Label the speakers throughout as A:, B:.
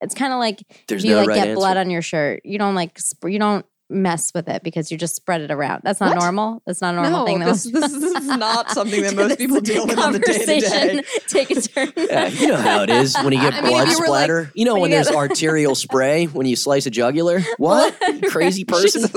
A: It's kind of like
B: There's
A: if you
B: no
A: like
B: right
A: get
B: answer.
A: blood on your shirt. You don't like sp- you don't mess with it because you just spread it around. That's not
C: What?
A: normal. That's not a normal
C: no,
A: thing. that
C: this,
A: most-
C: this, this is not something that most people deal with on the day to day.
A: Conversation Take a turn.
B: Yeah, you know how it is when you get
C: I mean, if
B: blood
C: you were, like-
B: splatter. you know
A: when
B: when
A: you
B: there's
A: get-
B: arterial spray when you slice a jugular. What crazy person?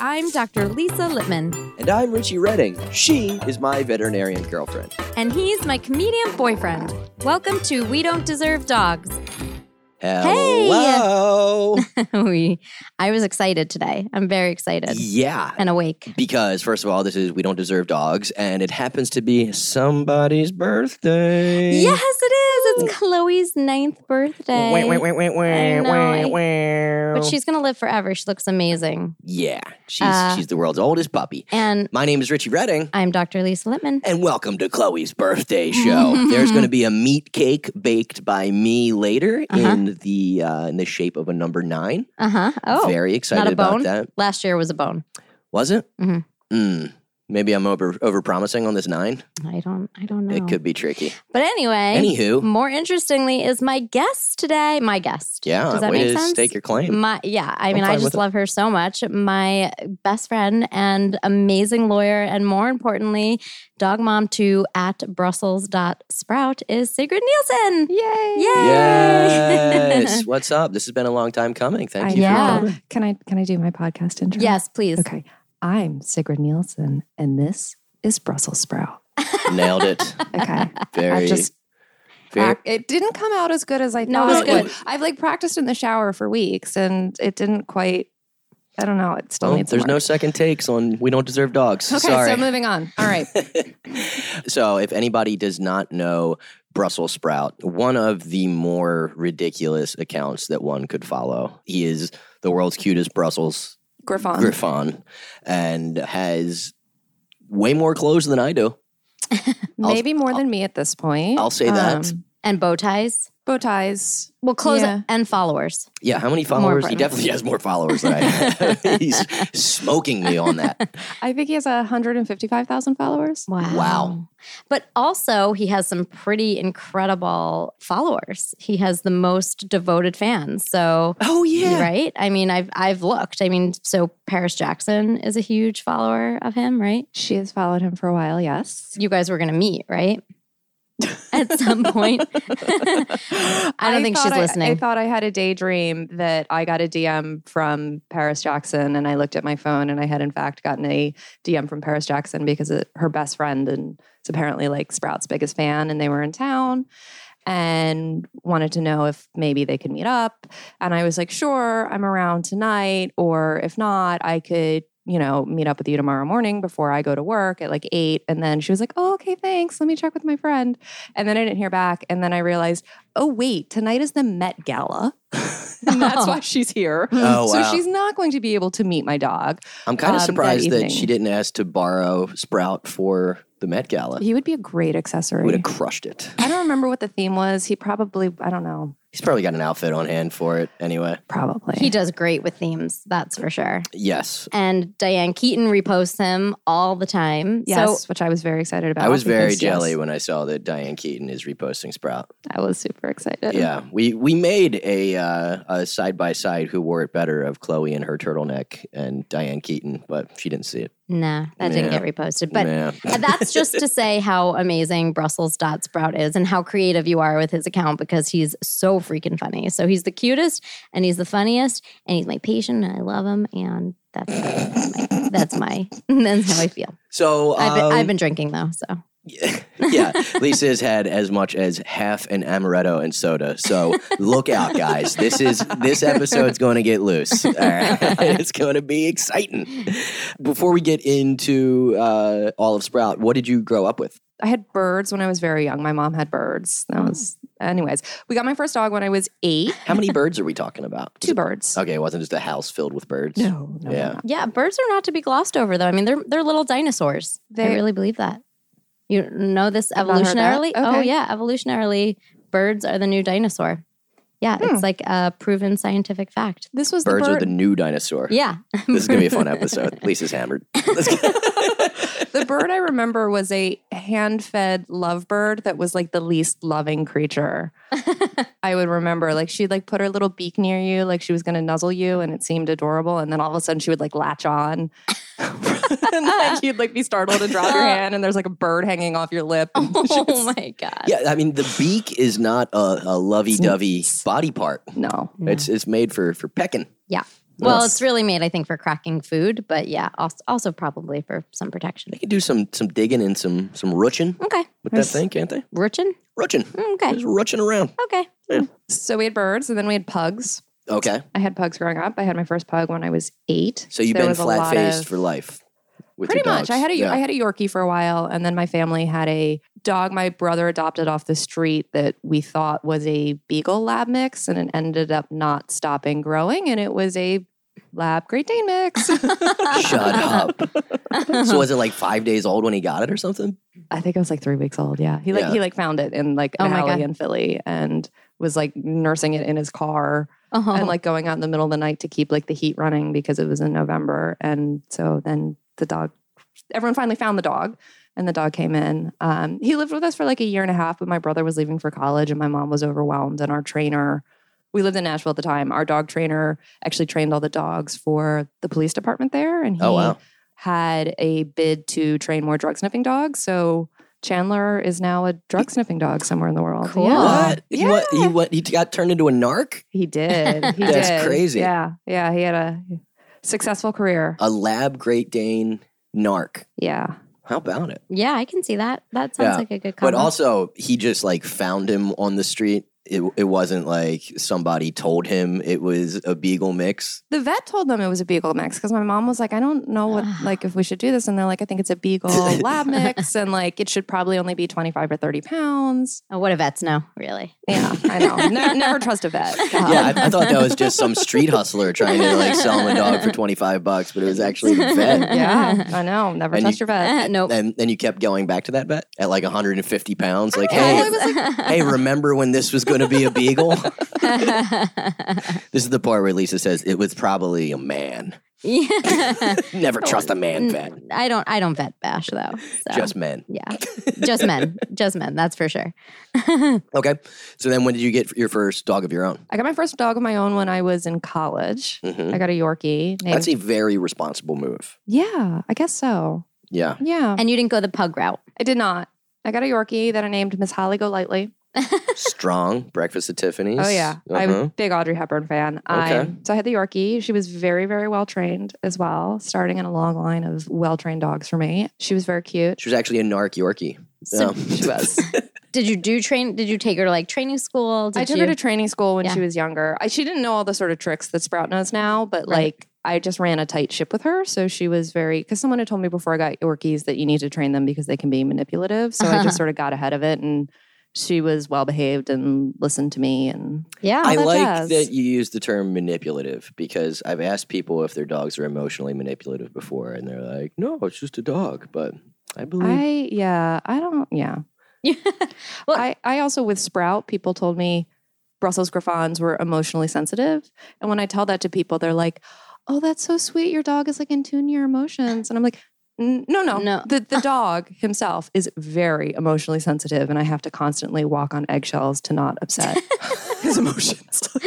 A: I'm Dr. Lisa Lippman,
B: And I'm Richie Redding. She is my veterinarian girlfriend.
A: and he's my comedian boyfriend. Welcome to We Don't Deserve Dogs.
B: Hello.
A: we, I was excited today. I'm very excited
B: yeah.
A: and awake.
B: Because first of all, this is we don't deserve dogs, and it happens to be somebody's birthday.
A: Yes, it is. It's Chloe's ninth birthday.
B: Wah, wah, wah, wah, wah,
A: I know, I-
B: wah, wah.
A: But she's gonna live forever. She looks amazing.
B: yeah, she's
A: Uh,
B: she's the world's oldest puppy.
A: And
B: My name is Richie Redding.
A: I'm Dr. Lisa Lippman.
B: And welcome to Chloe's birthday show. There's going to be a meat cake baked by me later
A: Uh-huh.
B: in the uh, in the shape of a number nine.
A: Uh huh. Oh,
B: Very excited
A: not a
B: about
A: bone?
B: that.
A: last year was a bone.
B: Was it?
A: Mhm.
B: Mm. Maybe I'm over over promising on this nine.
A: I don't. I don't know.
B: It could be tricky.
A: But anyway,
B: Anywho,
A: more interestingly is my guest today. My guest.
B: yeah,
A: Does that
B: way
A: make
B: to
A: sense?
B: stake your claim.
A: My yeah, I
B: I'm
A: mean, I
B: fine
A: just
B: with it.
A: love her so much. My best friend and amazing lawyer, and more importantly, dog mom to at brussels.sprout is Sigrid Nielsen.
C: Yay!
A: Yay!
B: Yes. What's up? This has been a long time coming. Thank
C: I-
B: you
A: Yeah.
B: for coming.
C: Can I can I do my podcast intro?
A: yes, please.
C: Okay. I'm Sigrid Nielsen, and this is Brussels sprout.
B: Nailed it.
C: Okay.
B: Very,
C: I just
B: very.
C: ac- it didn't come out as good as I thought.
A: No, it was
B: good.
C: I've like practiced in the shower for weeks, and it didn't quite. I don't know. It still
B: well,
C: needs. some
B: there's no
C: work.
B: second takes on we don't deserve dogs.
C: Okay,
B: Sorry.
C: so moving on. All right.
B: so, if anybody does not know Brussels Sprout, one of the more ridiculous accounts that one could follow, he is the world's cutest Brussels
C: Griffon.
B: Griffon and has way more clothes than I do. I'll-
C: Maybe more than me at this point.
B: I'll say that.
C: Um,
A: And bow ties.
C: bow ties.
A: Well, close
C: Yeah.
A: and followers.
B: Yeah, how many followers? He
A: Bru-
B: definitely has more followers than I have. He's smoking me on that.
C: I think he has 155,000 followers.
A: Wow.
B: Wow.
A: But also, he has some pretty incredible followers. He has the most devoted fans. So,
B: Oh, yeah.
A: right? I mean, I've I've looked. I mean, so Paris Jackson is a huge follower of him, right?
C: She has followed him for a while, yes.
A: You guys were going to meet, right? At some point.
C: I
A: think she's
C: thought I- I,
A: listening.
C: thought I had a daydream that I got a DM from Paris Jackson, and I looked at my phone, and I had in fact gotten a DM from Paris Jackson because it, her best friend and it's apparently like Sprout's biggest fan, and they were in town and wanted to know if maybe they could meet up. And I was like, sure, I'm around tonight, or if not, I could. You know, meet up with you tomorrow morning before I go to work at like eight. And then she was like, Oh, okay, thanks. Let me check with my friend. And then I didn't hear back. And then I realized, oh, wait, tonight is the Met Gala. and that's why she's here.
B: Oh,
C: Mm-hmm. so
B: wow.
C: she's not going to be able to meet my dog.
B: I'm kind
C: um,
B: of
C: that
B: surprised that,
C: evening.
B: she didn't ask to borrow Sprout for the Met Gala.
C: He would be a great accessory.
B: Would have crushed it.
C: I don't remember what the theme was. He probably, I don't know,
B: He's probably got an outfit on hand for it anyway.
C: probably.
A: he does great with themes, that's for sure.
B: Yes.
A: And Diane Keaton reposts him all the time.
C: Yes,
A: So
C: which I was very excited about.
B: I was very
C: because, yes,
B: jelly when I saw that Diane Keaton is reposting Sprout.
C: I was super excited.
B: Yeah, we we made a uh, a side by side who wore it better of Chloe and her turtleneck and Diane Keaton, but she didn't see it.
A: nah, that didn't
B: Yeah.
A: get reposted. But
B: Nah.
A: that's just to say how amazing Brussels dot sprout is and how creative you are with his account because he's so freaking funny. So he's the cutest and he's the funniest and he's my patient and I love him and that's my, that's my that's how I feel.
B: so um,
A: I've been, I've been drinking though, so
B: yeah, Lisa's had as much as half an amaretto and soda. So look out, guys. This is this episode's going to get loose. All right, it's going to be exciting. Before we get into uh, all of Sprout, what did you grow up with?
C: I had birds when I was very young. My mom had birds. That was, anyways, we got my first dog when I was eight.
B: How many birds are we talking about?
C: Two birds.
B: Okay, it wasn't just a house filled with birds.
C: No, no,
B: Yeah.
C: no, no.
A: yeah. Birds are not to be glossed over though. I mean, they're they're little dinosaurs. I
C: They-
A: really believe that. You know this
C: I've not heard that.
A: evolutionarily? Oh
C: Okay.
A: yeah, evolutionarily, birds are the new dinosaur. Yeah,
C: Hmm.
A: it's like a proven scientific fact.
C: This was
B: Birds
C: the
B: are
C: bird.
B: the new dinosaur.
A: Yeah.
B: This is gonna be a fun episode. Lisa's hammered. Let's go.
C: the bird I remember was a hand fed lovebird that was like the least loving creature. I would remember like she'd like put her little beak near you, like she was gonna nuzzle you, and it seemed adorable. And then all of a sudden she would like latch on. and like you'd like be startled and drop your hand, and there's like a bird hanging off your lip. and it's just-
A: oh my god.
B: Yeah, I mean the beak is not a, a lovey-dovey body part.
C: No.
A: No.
B: It's it's made for for pecking.
A: well,
B: Yes.
A: it's really made, I think, for cracking food, but yeah, also, also probably for some protection.
B: They can do some some digging and some some roaching
A: Okay,
B: with that thing, can't they?
A: Ruchin.
B: Roaching,
A: Okay,
B: just roaching around.
A: okay.
C: So we had birds and then we had pugs.
B: Okay,
C: I had pugs growing up. I had my first pug when I was eight.
B: so you've
C: There
B: been
C: was a lot
B: flat faced
C: of-
B: for life. With
C: Pretty
B: your
C: much. I
B: dogs.
C: had a I
B: Yeah.
C: had a Yorkie for a while, and then my family had a dog my brother adopted off the street that we thought was a beagle lab mix, and it ended up not stopping growing, and it was a lab Great Dane mix.
B: Shut up. so was it like five days old when he got it or something?
C: I think I was like three weeks old. Yeah, he like
B: Yeah.
C: he like found it in like
A: Oh
C: an
A: my
C: alley
A: God.
C: in Philly, and was like nursing it in his car.
A: Oh,
C: and like going out in the middle of the night to keep like the heat running because it was in November. And so then the dog, everyone finally found the dog and the dog came in. Um, he lived with us for like a year and a half, but my brother was leaving for college and my mom was overwhelmed. And our trainer, we lived in Nashville at the time, our dog trainer actually trained all the dogs for the police department there. And he
B: Oh wow.
C: had a bid to train more drug sniffing dogs. So Chandler is now a drug sniffing dog somewhere in the world.
A: Cool.
C: Yeah.
B: What? He,
C: Yeah.
B: went, he went. He got turned into a narc.
C: He did. He
B: That's
C: did.
B: crazy. Uh,
C: Yeah. Yeah. He had a successful career.
B: A lab Great Dane narc.
C: yeah.
B: How about it?
A: yeah, I can see that. That sounds
B: Yeah.
A: like a good.
B: But
A: Combo.
B: also, he just like found him on the street. It, it wasn't like somebody told him it was a beagle mix.
C: The vet told them it was a beagle mix because my mom was like, I don't know what, like, if we should do this. And they're like, I think it's a beagle lab mix and like it should probably only be 25 or 30 pounds.
A: oh, what do vets know, really?
C: Yeah. I know. never, never trust a vet. God.
B: Yeah, I, I thought that was just some street hustler trying to like sell him a dog for 25 bucks, but it was actually the vet.
C: Yeah, I know. Never
B: And
C: trust
B: you-
C: your vet.
A: Uh, nope.
B: And then you kept going back to that vet at like 150 pounds. Like,
C: Yeah,
B: hey,
C: it was
B: hey, remember when this was going to be a beagle? this is the part where Lisa says it was probably a man.
A: yeah.
B: Never trust a man vet.
A: I don't. I don't vet bash though. So.
B: Just men.
A: mm. yeah, just men, just men. That's for sure.
B: Okay. So then when did you get your first dog of your own?
C: I got my first dog of my own when I was in college.
B: Mhm.
C: I got a Yorkie named.
B: That's e-, a very responsible move.
C: yeah, I guess so.
B: Yeah.
C: Yeah.
A: And you didn't go the pug route.
C: I did not. I got a Yorkie that I named Miss Holly Golightly.
B: Strong. Breakfast at Tiffany's.
C: Oh yeah, I'm
B: Uh-huh.
C: a big Audrey Hepburn fan. I-
B: Okay.
C: so I had the Yorkie. She was very, very well trained as well, starting in a long line of well trained dogs for me. She was very cute.
B: She was actually a narc Yorkie.
C: Oh,
A: So
B: Yeah.
C: She was.
A: Did you do train? Did you take her to like training school? Did
C: I took
A: you,
C: her to training school when
A: Yeah.
C: she was younger. I, she didn't know all the sort of tricks that Sprout knows now, but
A: Right.
C: like I just ran a tight ship with her. So she was very, because someone had told me before I got Yorkies that you need to train them because they can be manipulative. So I just sort of got ahead of it and she was well behaved and listened to me. And
A: yeah.
B: I
C: that
B: like
C: jazz.
B: that you use the term manipulative because I've asked people if their dogs are emotionally manipulative before, and they're like, "No, it's just a dog." But I believe
C: I, yeah, I don't, yeah.
A: Well-
C: I, I also with Sprout, people told me Brussels Griffons were emotionally sensitive. And when I tell that to people, they're like, Oh, that's so sweet. Your dog is like in tune to your emotions. And I'm like, "N- no, no,
A: No.
C: The, the dog himself is very emotionally sensitive, and I have to constantly walk on eggshells to not upset his emotions.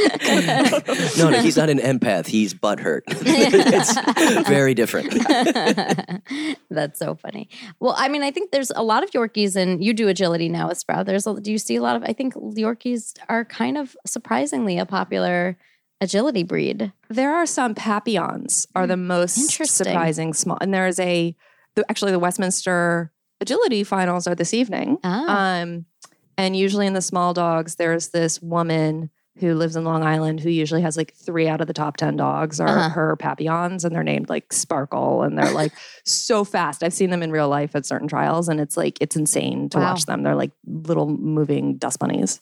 B: no, no, he's not an empath. He's butthurt. it's very different.
A: That's so funny. Well, I mean, I think there's a lot of Yorkies, and you do agility now with Sprout. There's, a, do you see a lot of? I think Yorkies are kind of surprisingly a popular agility breed.
C: There are some Papillons are the most
A: Interesting.
C: surprising small, and there is a the, actually the Westminster Agility Finals are this evening.
A: Ah,
C: Um, and usually in the small dogs, there's this woman who lives in Long Island who usually has like three out of the top 10 dogs are
A: Uh-huh.
C: her papillons and they're named like Sparkle and they're like so fast. I've seen them in real life at certain trials and it's like, it's insane to
A: Wow.
C: watch them. They're like little moving dust bunnies.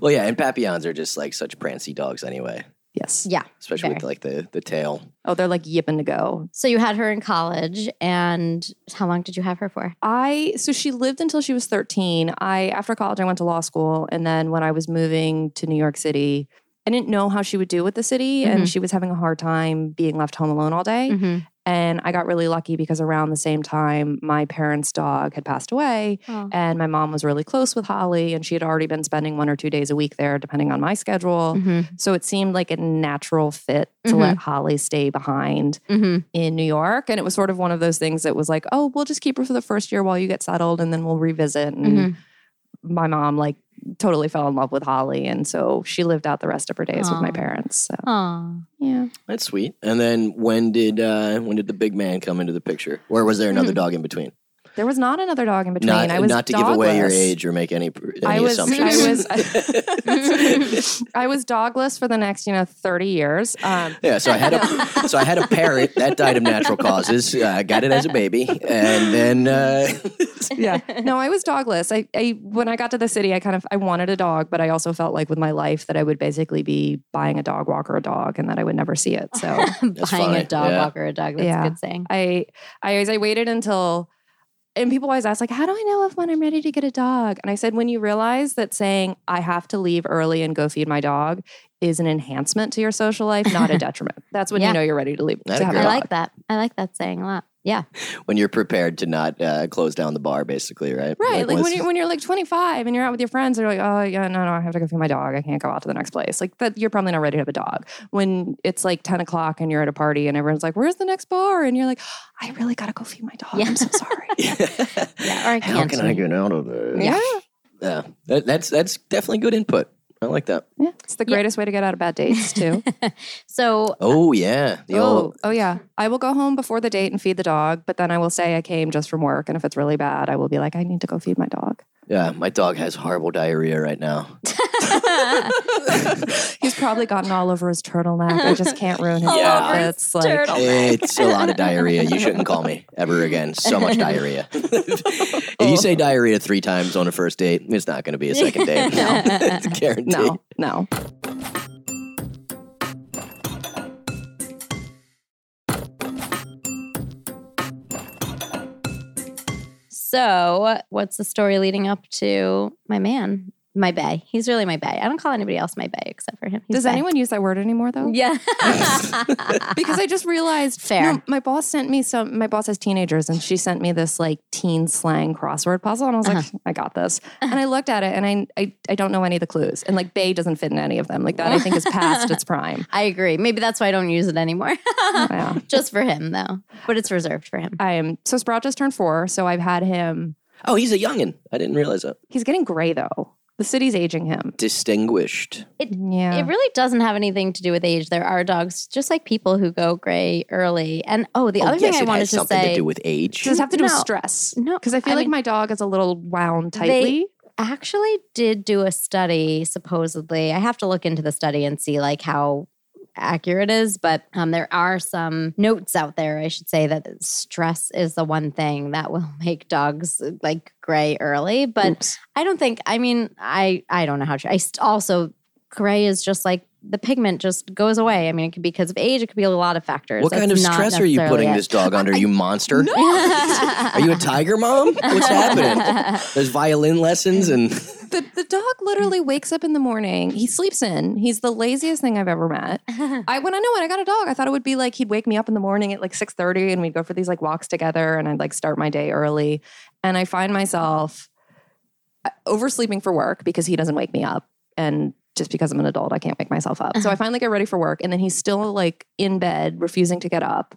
B: Well, yeah, and Papillons are just like such prancy dogs anyway,
C: Yes.
A: yeah.
B: especially with
A: Fair.
B: like the the tail.
C: Oh, they're like yipping to go.
A: So you had her in college, and how long did you have her for?
C: I so she lived until she was 13. I after college I went to law school and then when I was moving to New York City, I didn't know how she would do with the city
A: Mhm.
C: and she was having a hard time being left home alone all day.
A: Mhm.
C: And I got really lucky because around the same time, my parents' dog had passed away.
A: Oh.
C: And my mom was really close with Holly, and she had already been spending one or two days a week there, depending on my schedule.
A: Mhm,
C: So it seemed like a natural fit to
A: Mhm.
C: let Holly stay behind
A: mhm.
C: in New York. And it was sort of one of those things that was like, oh, we'll just keep her for the first year while you get settled, and then we'll revisit. And
A: Mhm.
C: my mom, like, totally fell in love with Holly. And so she lived out the rest of her days with my
A: Aw.
C: parents. So,
A: Aw.
C: yeah.
B: That's sweet. And then when did uh, when did the big man come into the picture, or was there another
A: Mm.
B: dog in between?
C: There was not another dog in Hmm. between.
B: Not,
C: I was
B: not to give away your
C: dogless.
B: age or make any, any
C: I was,
B: assumptions.
C: I was, I was dogless for the next, you know, thirty years. Um,
B: Yeah, so I had a so I had a parrot that died of natural causes. Uh, I got it as a baby, and then uh,
C: yeah, no, I was dogless. I, I when I got to the city, I kind of I wanted a dog, but I also felt like with my life that I would basically be buying a dog walker a dog, and that I would never see it. So
A: Buying
B: funny,
A: a dog
B: yeah.
A: walker a dog. That's
C: Yeah.
A: a good saying.
C: I I always I waited until and people always ask like how do I know if when I'm ready to get a dog? And I said when you realize that saying I have to leave early and go feed my dog is an enhancement to your social life, not a detriment. That's when
A: Yeah.
C: you know you're ready to leave
B: I'd
C: to have
B: agree.
A: I
C: a
A: like
C: dog.
A: that. I like that saying a lot. Yeah.
B: when you're prepared to not uh, close down the bar, basically, right?
C: Right, like when
B: once-
C: you when you're like 25 and you're out with your friends, they're like, oh yeah, no, no, I have to go feed my dog. I can't go out to the next place. Like that, you're probably not ready to have a dog. When it's like 10 o'clock and you're at a party and everyone's like, where's the next bar? And you're like, I really gotta go feed my dog.
A: Yeah.
C: I'm so sorry.
A: Yeah, or I
B: How
A: can't.
B: can I get out of this?
C: yeah.
B: Yeah, that, that's that's definitely good input. I like that.
C: Yeah, it's the
A: Yeah.
C: greatest way to get out of bad dates too.
A: So
B: Oh yeah, the
C: oh,
B: old
C: oh yeah. I will go home before the date and feed the dog, but then I will say I came just from work, and if it's really bad, I will be like, I need to go feed my dog.
B: yeah. My dog has horrible diarrhea right now.
C: He's probably gotten all over his turtleneck. I just can't ruin his
B: All
C: yeah.
B: over his
C: outfits. Like,
A: turtle-
B: It's a lot of diarrhea. You shouldn't call me ever again. So much diarrhea. if
A: Oh.
B: you say diarrhea three times on a first date, it's not going to be a second date. No, it's guaranteed.
C: no, no.
A: So, what's the story leading up to my man, my bay? He's really my bay. I don't call anybody else my bay except for him. He's
C: Does
A: bae.
C: anyone use that word anymore though?
A: Yeah.
C: Because I just realized
A: Fair.
C: no, my boss sent me some my boss has teenagers and she sent me this like teen slang crossword puzzle and I was like, I got this. And I looked at it and I, I I don't know any of the clues. And like Bay doesn't fit in any of them. Like that I think is past its prime.
A: I agree. Maybe that's why I don't use it anymore.
C: Yeah.
A: Just for him, though. But it's reserved for him.
C: I am so Sprout just turned four, so I've had him
B: Oh, he's a youngin. I didn't realize that.
C: he's getting gray though. The city's aging him.
B: Distinguished.
C: Yeah.
A: It really doesn't have anything to do with age. There are dogs, just like people who go gray early. And oh, the
B: oh,
A: other
B: yes,
A: thing I
B: it
A: wanted
B: has
A: to
B: something
A: say
B: to do with age.
C: Does it have to do with
A: No.
C: stress?
A: No,
C: Because I feel
A: I
C: like
A: mean-
C: my dog is a little wound
A: They-
C: tightly.
A: actually did do a study supposedly i have to look into the study and see like how accurate it is but um, there are some notes out there i should say that stress is the one thing that will make dogs like gray early but
C: Oops.
A: i don't think i mean i i don't know how to i st- also gray is just like the pigment just goes away i mean it could be because of age it could be a lot of factors
B: what kind of
A: That's not
B: stress are you
A: necessarily
B: putting
A: it.
B: this dog under, you monster? Are you a tiger mom? What's happening? There's violin lessons and
C: The, the dog literally wakes up in the morning. He sleeps in. He's the laziest thing I've ever met. I when I know when I got a dog, I thought it would be like he'd wake me up in the morning at like six thirty, and we'd go for these like walks together, and I'd like start my day early. And I find myself uh, oversleeping for work because he doesn't wake me up, and just because I'm an adult, I can't wake myself up. So I finally get ready for work, and then he's still like in bed, refusing to get up.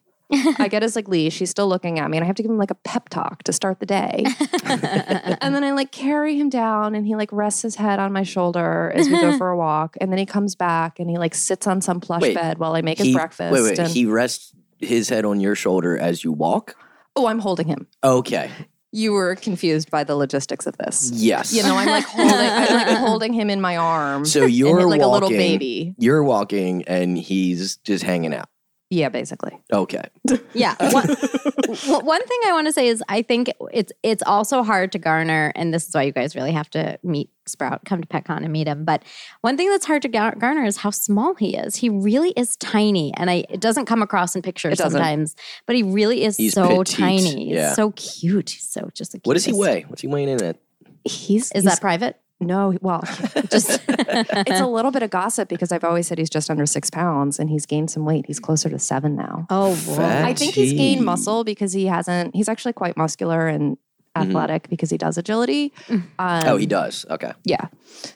C: I get his like leash. He's still looking at me, and I have to give him like a pep talk to start the day. and then I like carry him down and he like rests his head on my shoulder as we go for a walk. And then he comes back and he like sits on some plush
B: Wait,
C: bed while I make
B: he-
C: his breakfast.
B: Wait, wait.
C: and,
B: He rests his head on your shoulder as you walk.
C: oh, I'm holding him.
B: Okay.
C: You were confused by the logistics of this.
B: Yes.
C: You know, I'm like holding I'm like holding him in my arm.
B: so you're
C: and like
B: walking,
C: a little baby.
B: You're walking, and he's just hanging out.
C: Yeah, basically.
B: Okay.
A: Yeah. One, w- one thing I want to say is I think it's it's also hard to garner, and this is why you guys really have to meet Sprout, come to PetCon and meet him. But one thing that's hard to gar- garner is how small he is. He really is tiny, and I it doesn't come across in pictures
C: It doesn't.
A: sometimes. But he really is
B: He's
A: so
B: petite,
A: tiny, He's
B: yeah.
A: so cute. He's so just. The
B: What does he
A: cutest.
B: weigh? What's he weighing in at?
C: He's
A: Is
C: he's-
A: that private?
C: No, well,
A: Just
C: it's a little bit of gossip because I've always said he's just under six pounds and he's gained some weight. He's closer to seven now.
A: oh,
B: Fat.
A: wow.
C: I think he's
B: Gee.
C: gained muscle because he hasn't, he's actually quite muscular and
B: Mhm.
C: athletic because he does agility.
A: Mm.
C: Um,
B: oh, he does. Okay.
C: Yeah.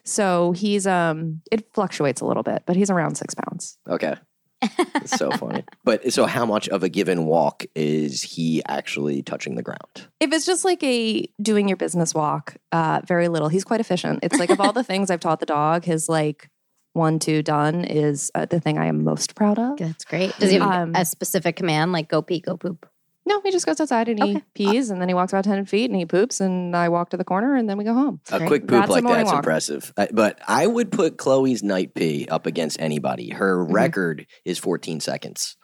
C: So he's, um, it fluctuates a little bit, but he's around six pounds.
B: Okay. It's so funny. But so, how much of a given walk is he actually touching the ground?
C: If it's just like a doing your business walk, uh, very little. He's quite efficient. It's like of all the things I've taught the dog, his like one, two, done is uh, the thing I am most proud of.
A: That's great. Does he have
C: Um,
A: a specific command like go pee, go poop?
C: No, he just goes outside and he
A: Okay.
C: pees, and then he walks about ten feet and he poops, and I walk to the corner, and then we go home.
B: A
A: Great.
B: quick poop
C: That's a
B: like
C: morning
B: that's
C: walk.
B: impressive. I, but I would put Chloe's night pee up against anybody. Her
C: Mhm.
B: record is 14 seconds.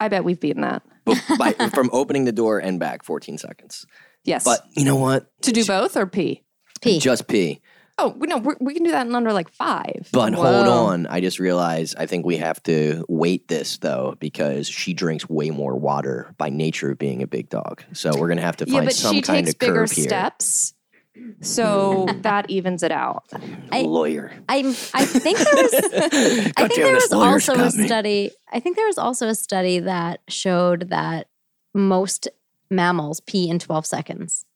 C: I bet we've beaten that.
B: But by, from opening the door and back, 14 seconds.
C: Yes,
B: But you know what?
C: to do both or pee?
A: Pee.
B: Just pee.
C: Oh we- no, we're, we can do that in under like five.
B: But hold
A: Whoa.
B: on, I just realized I think we have to wait this though because she drinks way more water by nature of being a big dog. So we're gonna have to find
C: yeah, but
B: some
C: she
B: kind
C: takes
B: of curve
C: bigger
B: here.
C: steps, so that evens it out.
A: I-
B: Lawyer.
A: I I think there was I think there was also a study. I think there was also a study that showed that most mammals pee in 12 seconds.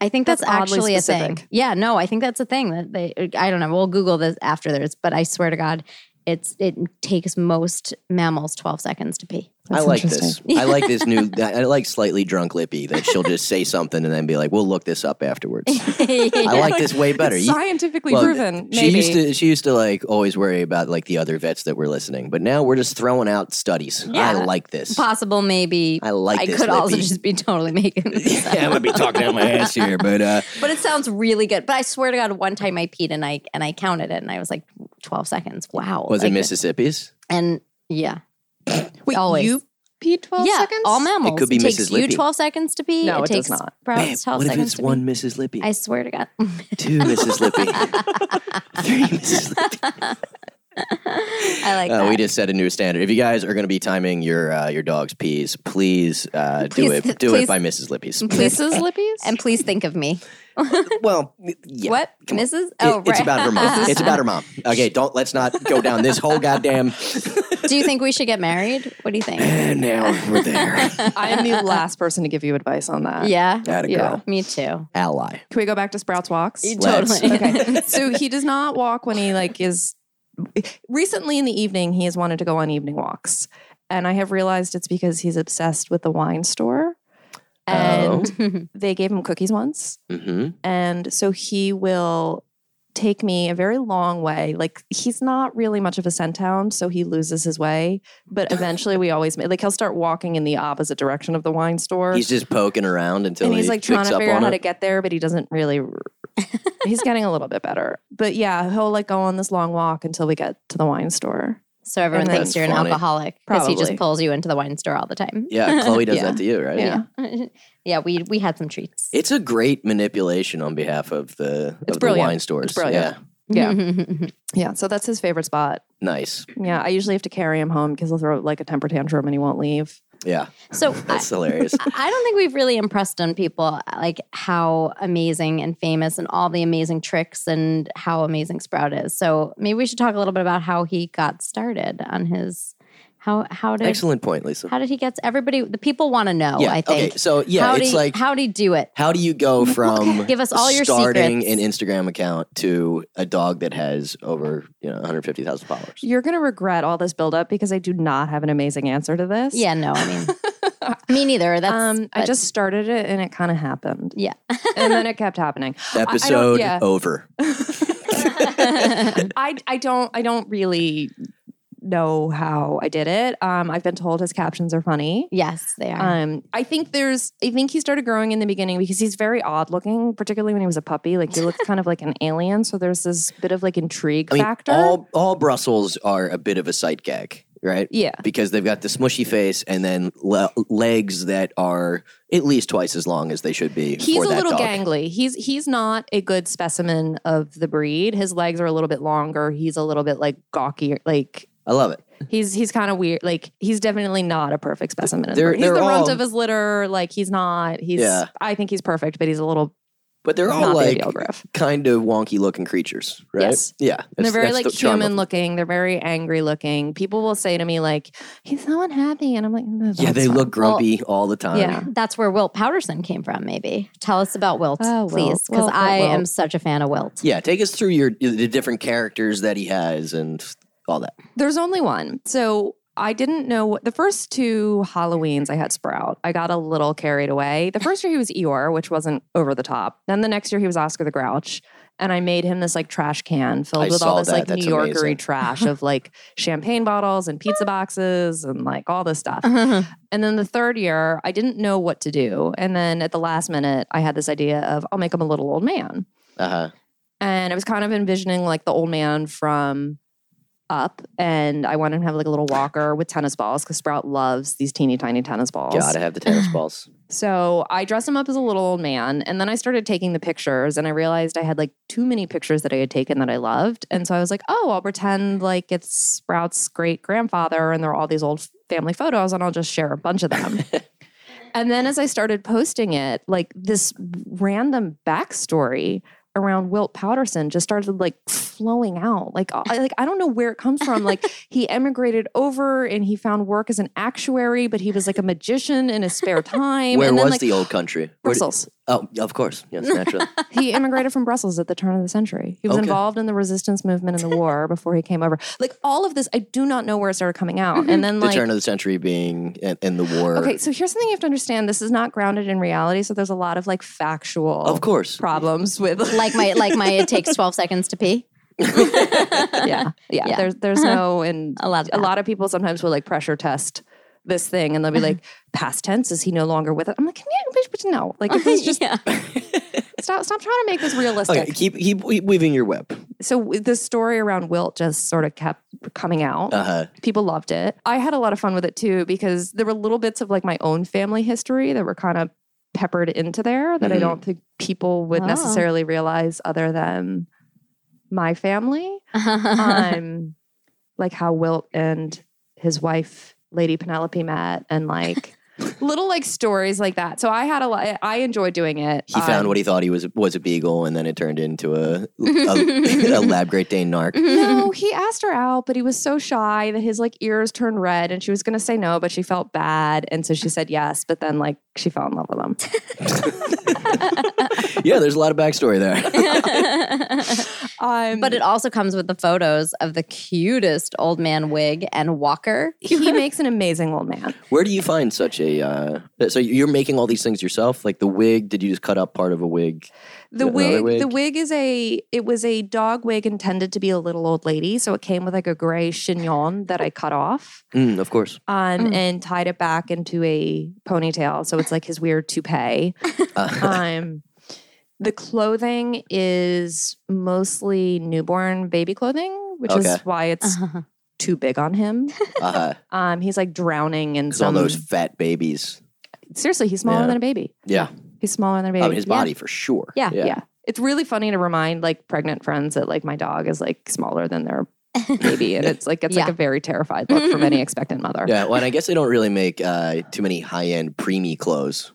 A: I think that's,
C: That's
A: actually
C: oddly
A: a thing.
C: specific.
A: Yeah, no, I think that's a thing that they. I don't know. We'll Google this after this, but I swear to God, it's it takes most mammals 12 seconds to pee.
B: I
C: That's
B: like this.
C: interesting.
B: I like this new. I like slightly drunk Lippy that she'll just say something and then be like, "We'll look this up afterwards." I like this way better.
C: It's
B: You-
C: scientifically
B: well,
C: proven.
B: She
C: maybe.
B: used to she used to like always worry about like the other vets that were listening, but now we're just throwing out studies. I
A: Yeah.
B: like this.
A: Possible, maybe.
B: I like
A: I
B: this.
A: could also
B: Lippy.
A: just be totally making this up.
B: yeah, I'm gonna be talking out my ass here, but uh,
A: But it sounds really good. But I swear to God, one time I peed and I and I counted it and I was like, twelve seconds. Wow.
B: was it
A: Like,
B: Mississippi's?
A: And yeah,
C: Wait,
A: always.
C: you pee twelve
A: yeah.
C: seconds?
A: All mammals.
B: It could be
A: takes
B: Mrs.
A: you
B: Lippy.
A: twelve seconds to pee.
C: No, it does
A: takes
C: not.
A: sprouts
B: Man,
A: twelve
B: what if
A: seconds
B: it's
A: to
B: one
A: pee.
B: Mrs. Lippy,
A: I swear to God.
B: two Mrs. Lippy, three Mrs. Lippy?
A: I like
B: Uh,
A: that.
B: we just set a new standard. If you guys are going to be timing your uh, your dog's pees, please, uh, do
A: Please-
B: it do it
A: please-
B: by Mrs. Lippy's.
C: Places, lippies?
A: and please think of me.
B: well, yeah.
A: what?
B: come on.
A: Mrs.
B: It-
A: Oh, right.
B: It's about her mom. It's about her mom. Okay, don't let's not go down this whole goddamn.
A: Do you think we should get married? What do you think?
B: and now we're there.
C: I am the last person to give you advice on that.
A: Yeah.
B: That a
C: Yeah.
B: girl
A: Me too.
B: ally.
C: Can we go back to Sprouts walks?
B: Let's-
A: Totally.
C: okay. So he does not walk when he like is recently in the evening he has wanted to go on evening walks. And I have realized it's because he's obsessed with the wine store.
B: Oh.
C: And they gave him cookies once.
B: hmm
C: And so he will take me a very long way. Like he's not really much of a scenthound, so he loses his way. But eventually we always like he'll start walking in the opposite direction of the wine store.
B: He's just poking around until
C: and he's
B: he
C: like trying
B: picks
C: to
B: up
C: figure out
B: on
C: how
B: it.
C: to get there, but he doesn't really. he's getting a little bit better, but yeah, he'll like go on this long walk until we get to the wine store.
A: So everyone
C: And
A: thinks
B: that's
A: you're an
B: funny.
A: alcoholic because he just
C: Probably.
A: pulls you into the wine store all the time.
B: yeah, Chloe does
C: Yeah.
B: that to you, right?
C: Yeah.
A: yeah, we we had some treats.
B: It's a great manipulation on behalf of the,
C: It's
B: of the
C: brilliant.
B: wine stores.
C: brilliant.
B: Yeah.
C: Yeah. Yeah, so that's his favorite spot.
B: Nice.
C: Yeah, I usually have to carry him home because he'll throw like a temper tantrum and he won't leave.
B: Yeah.
A: so I,
B: That's hilarious.
A: I don't think we've really impressed on people like how amazing and famous and all the amazing tricks and how amazing Sprout is. So maybe we should talk a little bit about how he got started on his how how did
B: Excellent point, Lisa.
A: how did he get everybody the people want to know,
B: yeah.
A: I think.
B: Okay. So yeah,
A: how
B: it's
A: did he,
B: like how,
A: how did he do it?
B: do you go from
A: Give us all your
B: starting
A: secrets.
B: an Instagram account to a dog that has over you know 150,000 followers?
C: You're gonna regret all this buildup because I do not have an amazing answer to this.
A: yeah, no, I mean me neither. That's
C: um, I
A: but-
C: just started it and it kind of happened,
A: yeah.
C: and then it kept happening.
B: Episode
C: yeah.
B: over.
C: I I don't I don't really know how I did it. Um, I've been told his captions are funny.
A: yes, they are.
C: Um, I think there's, I think he started growing in the beginning because he's very odd looking, particularly when he was a puppy. Like he looked kind of like an alien. So there's this bit of like intrigue
B: I mean,
C: factor.
B: all all Brussels are a bit of a sight gag, right?
C: yeah.
B: Because they've got the smushy face and then le- legs that are at least twice as long as they should be.
C: He's
B: for
C: a
B: that
C: little
B: dog.
C: gangly. He's he's not a good specimen of the breed. His legs are a little bit longer. He's a little bit like gawky. Like
B: I love it.
C: he's he's kind of weird. Like he's definitely not a perfect specimen. of the
B: They're-
C: breed. he's
B: they're
C: the runt
B: all-
C: of his litter. Like he's not. He's.
B: Yeah.
C: I think he's perfect, but he's a little
B: But they're
C: It's
B: all
C: not the
B: like
C: ideal growth.
B: kind of wonky looking creatures, right?
C: Yes.
B: Yeah.
C: And
B: that's-
C: they're very
B: that's
C: like
B: the charm of
C: human
B: them.
C: looking. They're very angry looking. People will say to me like, "He's so unhappy," and I'm like, "No,
B: Yeah,
C: that's
B: they
C: not-
B: look grumpy all the time.
C: yeah.
A: That's where Wilt Powderson came from, maybe. Tell us about Wilt,
C: Oh, Wilt,
A: please. Because
C: Wilt, Wilt,
A: I am
C: Wilt.
A: such a fan of Wilt.
B: Yeah, take us through your the different characters that he has and all that.
C: There's only one. So I didn't know what the first two Halloweens I had Sprout. I got a little carried away. The first year he was Eeyore, which wasn't over the top. Then the next year he was Oscar the Grouch. And I made him this like trash can filled
B: I
C: with all
B: saw
C: this
B: that.
C: like
B: That's
C: New Yorkery
B: amazing.
C: trash of like champagne bottles and pizza boxes and like all this stuff.
A: Uh-huh.
C: And then the third year, I didn't know what to do. And then at the last minute, I had this idea of I'll make him a little old man
B: Uh huh.
C: and I was kind of envisioning like the old man from Up, and I wanted him to have like a little walker with tennis balls because Sprout loves these teeny tiny tennis balls.
B: Gotta have the tennis balls.
C: So I dressed him up as a little old man, and then I started taking the pictures, and I realized I had like too many pictures that I had taken that I loved, and so I was like, oh, I'll pretend like it's Sprout's great grandfather, and there are all these old family photos, and I'll just share a bunch of them. and then as I started posting it, like this random backstory around Wilt Powderson just started like flowing out. Like I, like I don't know where it comes from. Like he emigrated over and he found work as an actuary, but he was like a magician in his spare time.
B: Where
C: and
B: was
C: like,
B: the old country? Where did-
C: Brussels.
B: oh, of course. Yes, naturally.
C: he immigrated from Brussels at the turn of the century. He was
B: Okay.
C: involved in the resistance movement in the war before he came over. Like all of this, I do not know where it started coming out. And then
B: the
C: like
B: turn of the century being in, in the war.
C: Okay, so here's something you have to understand. This is not grounded in reality. So there's a lot of like factual
B: Of course.
C: problems with
A: like my like my it takes 12 seconds to pee.
C: yeah, yeah.
A: Yeah.
C: There's there's no and
A: I love
C: a
A: that.
C: lot of people sometimes will like pressure test this thing and they'll be like, past tense, is he no longer with it? I'm like, can you bitch, but no. Like if this just
A: yeah.
C: stop stop trying to make this realistic.
B: Okay, keep, keep weaving your web.
C: So w- the story around Wilt just sort of kept coming out.
B: Uh huh.
C: People loved it. I had a lot of fun with it too because there were little bits of like my own family history that were kind of peppered into there that I
B: Mhm.
C: don't think people would
A: Oh.
C: necessarily realize other than my family. um, like how Wilt and his wife, Lady Penelope, met, and like little like stories like that. So I had a lot. I enjoyed doing it.
B: He
C: Um,
B: found what he thought he was was a beagle, and then it turned into a a, a lab Great Dane narc.
C: No, he asked her out, but he was so shy that his like ears turned red, and she was gonna say no, but she felt bad, and so she said yes, but then like she fell in love with him.
B: Yeah, there's a lot of backstory there.
C: Um,
A: but it also comes with the photos of the cutest old man wig and walker.
C: he makes an amazing old man.
B: Where do you find such a? Uh, so you're making all these things yourself, like the wig. Did you just cut up part of a wig?
C: The
B: Is it another
C: wig, the
B: wig?
C: wig is a it was a dog wig intended to be a little old lady, so it came with like a gray chignon that I cut off
B: Mm, of course.
C: um,
A: Mm.
C: and tied it back into a ponytail, so it's like his weird toupee.
B: Uh,
C: Um, the clothing is mostly newborn baby clothing, which
B: Okay. Uh-huh.
C: is why it's
A: Uh-huh.
C: too big on him.
B: uh,
C: Um, he's like drowning in
B: 'cause all
C: some.
B: those fat babies.
C: seriously, he's smaller
B: Yeah.
C: than a baby.
B: Yeah,
C: He's smaller than a baby.
B: I mean his
A: yeah.
B: body for sure.
A: Yeah,
C: yeah. It's really funny to remind like pregnant friends that like my dog is like smaller than their baby, and it's like it's like
A: Yeah.
C: a very terrified look from any expectant mother.
B: Yeah, well, and I guess they don't really make uh, too many high end preemie clothes.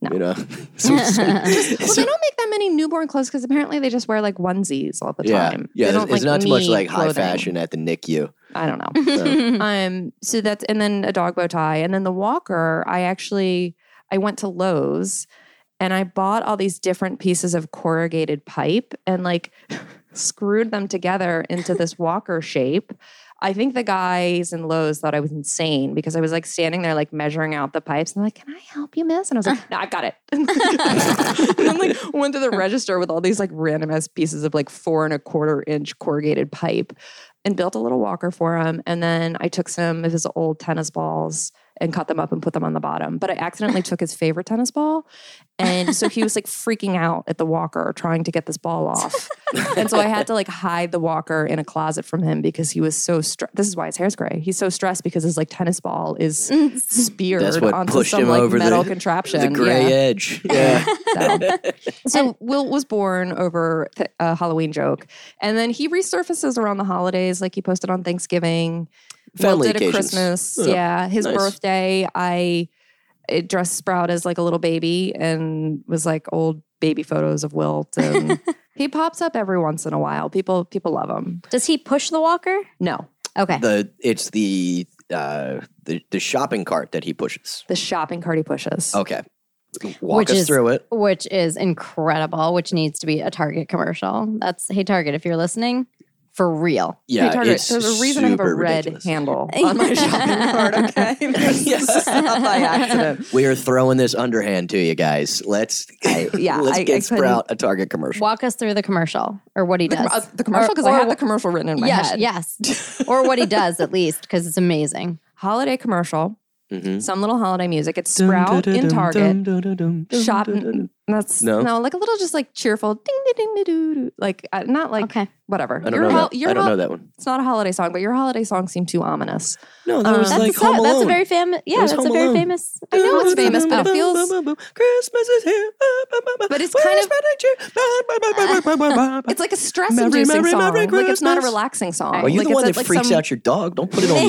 C: No.
B: You know? So- so-
C: Well,
B: so-
C: they don't make that many newborn clothes because apparently they just wear like onesies all the
B: yeah,
C: time.
B: yeah.
C: They
B: It's,
C: don't,
B: it's
C: like,
B: not too much
C: need
B: like high
C: clothing.
B: fashion at the NICU.
C: I don't know.
B: So-
C: Um, so that's and then a dog bow tie, and then the walker. I actually I went to Lowe's and I bought all these different pieces of corrugated pipe and like screwed them together into this walker shape. I think the guys in Lowe's thought I was insane because I was like standing there like measuring out the pipes and they're like, "Can I help you, miss?" And I was like, "No, I've got it." and then like went to the register with all these like random ass pieces of like four and a quarter inch corrugated pipe and built a little walker for him. And then I took some of his old tennis balls and cut them up and put them on the bottom. But I accidentally took his favorite tennis ball. And so he was like freaking out at the walker trying to get this ball off. and so I had to like hide the walker in a closet from him because he was so stressed. This is why his hair's gray. He's so stressed because his like tennis ball is speared
B: That's what
C: onto
B: pushed
C: some
B: him
C: like
B: over the-
C: metal
B: the
C: contraption.
B: gray
C: Yeah.
B: edge. Yeah.
C: So, so Will was born over th- a Halloween joke, and then he resurfaces around the holidays. Like he posted on Thanksgiving, Will
B: Family
C: did at
B: occasions.
C: Christmas.
B: Yeah.
C: Yeah, his
B: Nice.
C: birthday, I it dressed Sprout as like a little baby and was like old baby photos of Wilt. And he pops up every once in a while. People people love him.
A: Does he push the walker?
C: No,
A: Okay.
B: The it's the uh the, the shopping cart that he pushes.
C: the shopping cart he pushes.
B: Okay. Walk
A: Which
B: us
A: is-
B: through it.
A: which is incredible, which needs to be a Target commercial. That's hey Target, if you're listening, for real.
B: Yeah,
C: Hey, Target,
B: it's
C: there's a reason I have a
B: super
C: red
B: ridiculous.
C: handle on my shopping cart. Okay, this is not by accident.
B: We are throwing this underhand to you guys. Let's
C: yeah,
B: let's get
C: I- I couldn't-
B: Sprout a Target commercial.
A: Walk us through the commercial or what he
C: The,
A: does.
C: com- uh, the commercial because I
A: Or-
C: have
A: or-
C: the commercial written in my
A: yes,
C: head.
A: yes, or what he does at least because it's amazing.
C: Holiday commercial,
B: Mhm.
C: some little holiday music. It's Sprout in Target. Shop. and That's
B: No?
C: no. like a little just like cheerful ding ding ding ding, doo doo. Like uh, not like
A: okay,
C: whatever.
B: I don't,
C: your
B: know,
C: hol-
B: that.
C: your
B: I don't
C: hol-
B: know that one.
C: It's not a holiday song, but your holiday song seemed too ominous.
B: No,
C: that Um, was
A: that's a, sad- that's a very famous. Yeah,
B: was
A: that's a
B: Home
A: very
B: Alone.
A: famous.
C: I know it's famous, but it feels.
B: Christmas is here.
C: But it's kind of- It's like a stress-inducing
B: Merry,
C: song.
B: Merry
C: like it's not a
B: Christmas.
C: relaxing song.
A: Well,
B: Are you
C: like
B: the
C: it's
B: one
C: a-
B: that
C: like
B: freaks
C: some-
B: out your dog? Don't put it on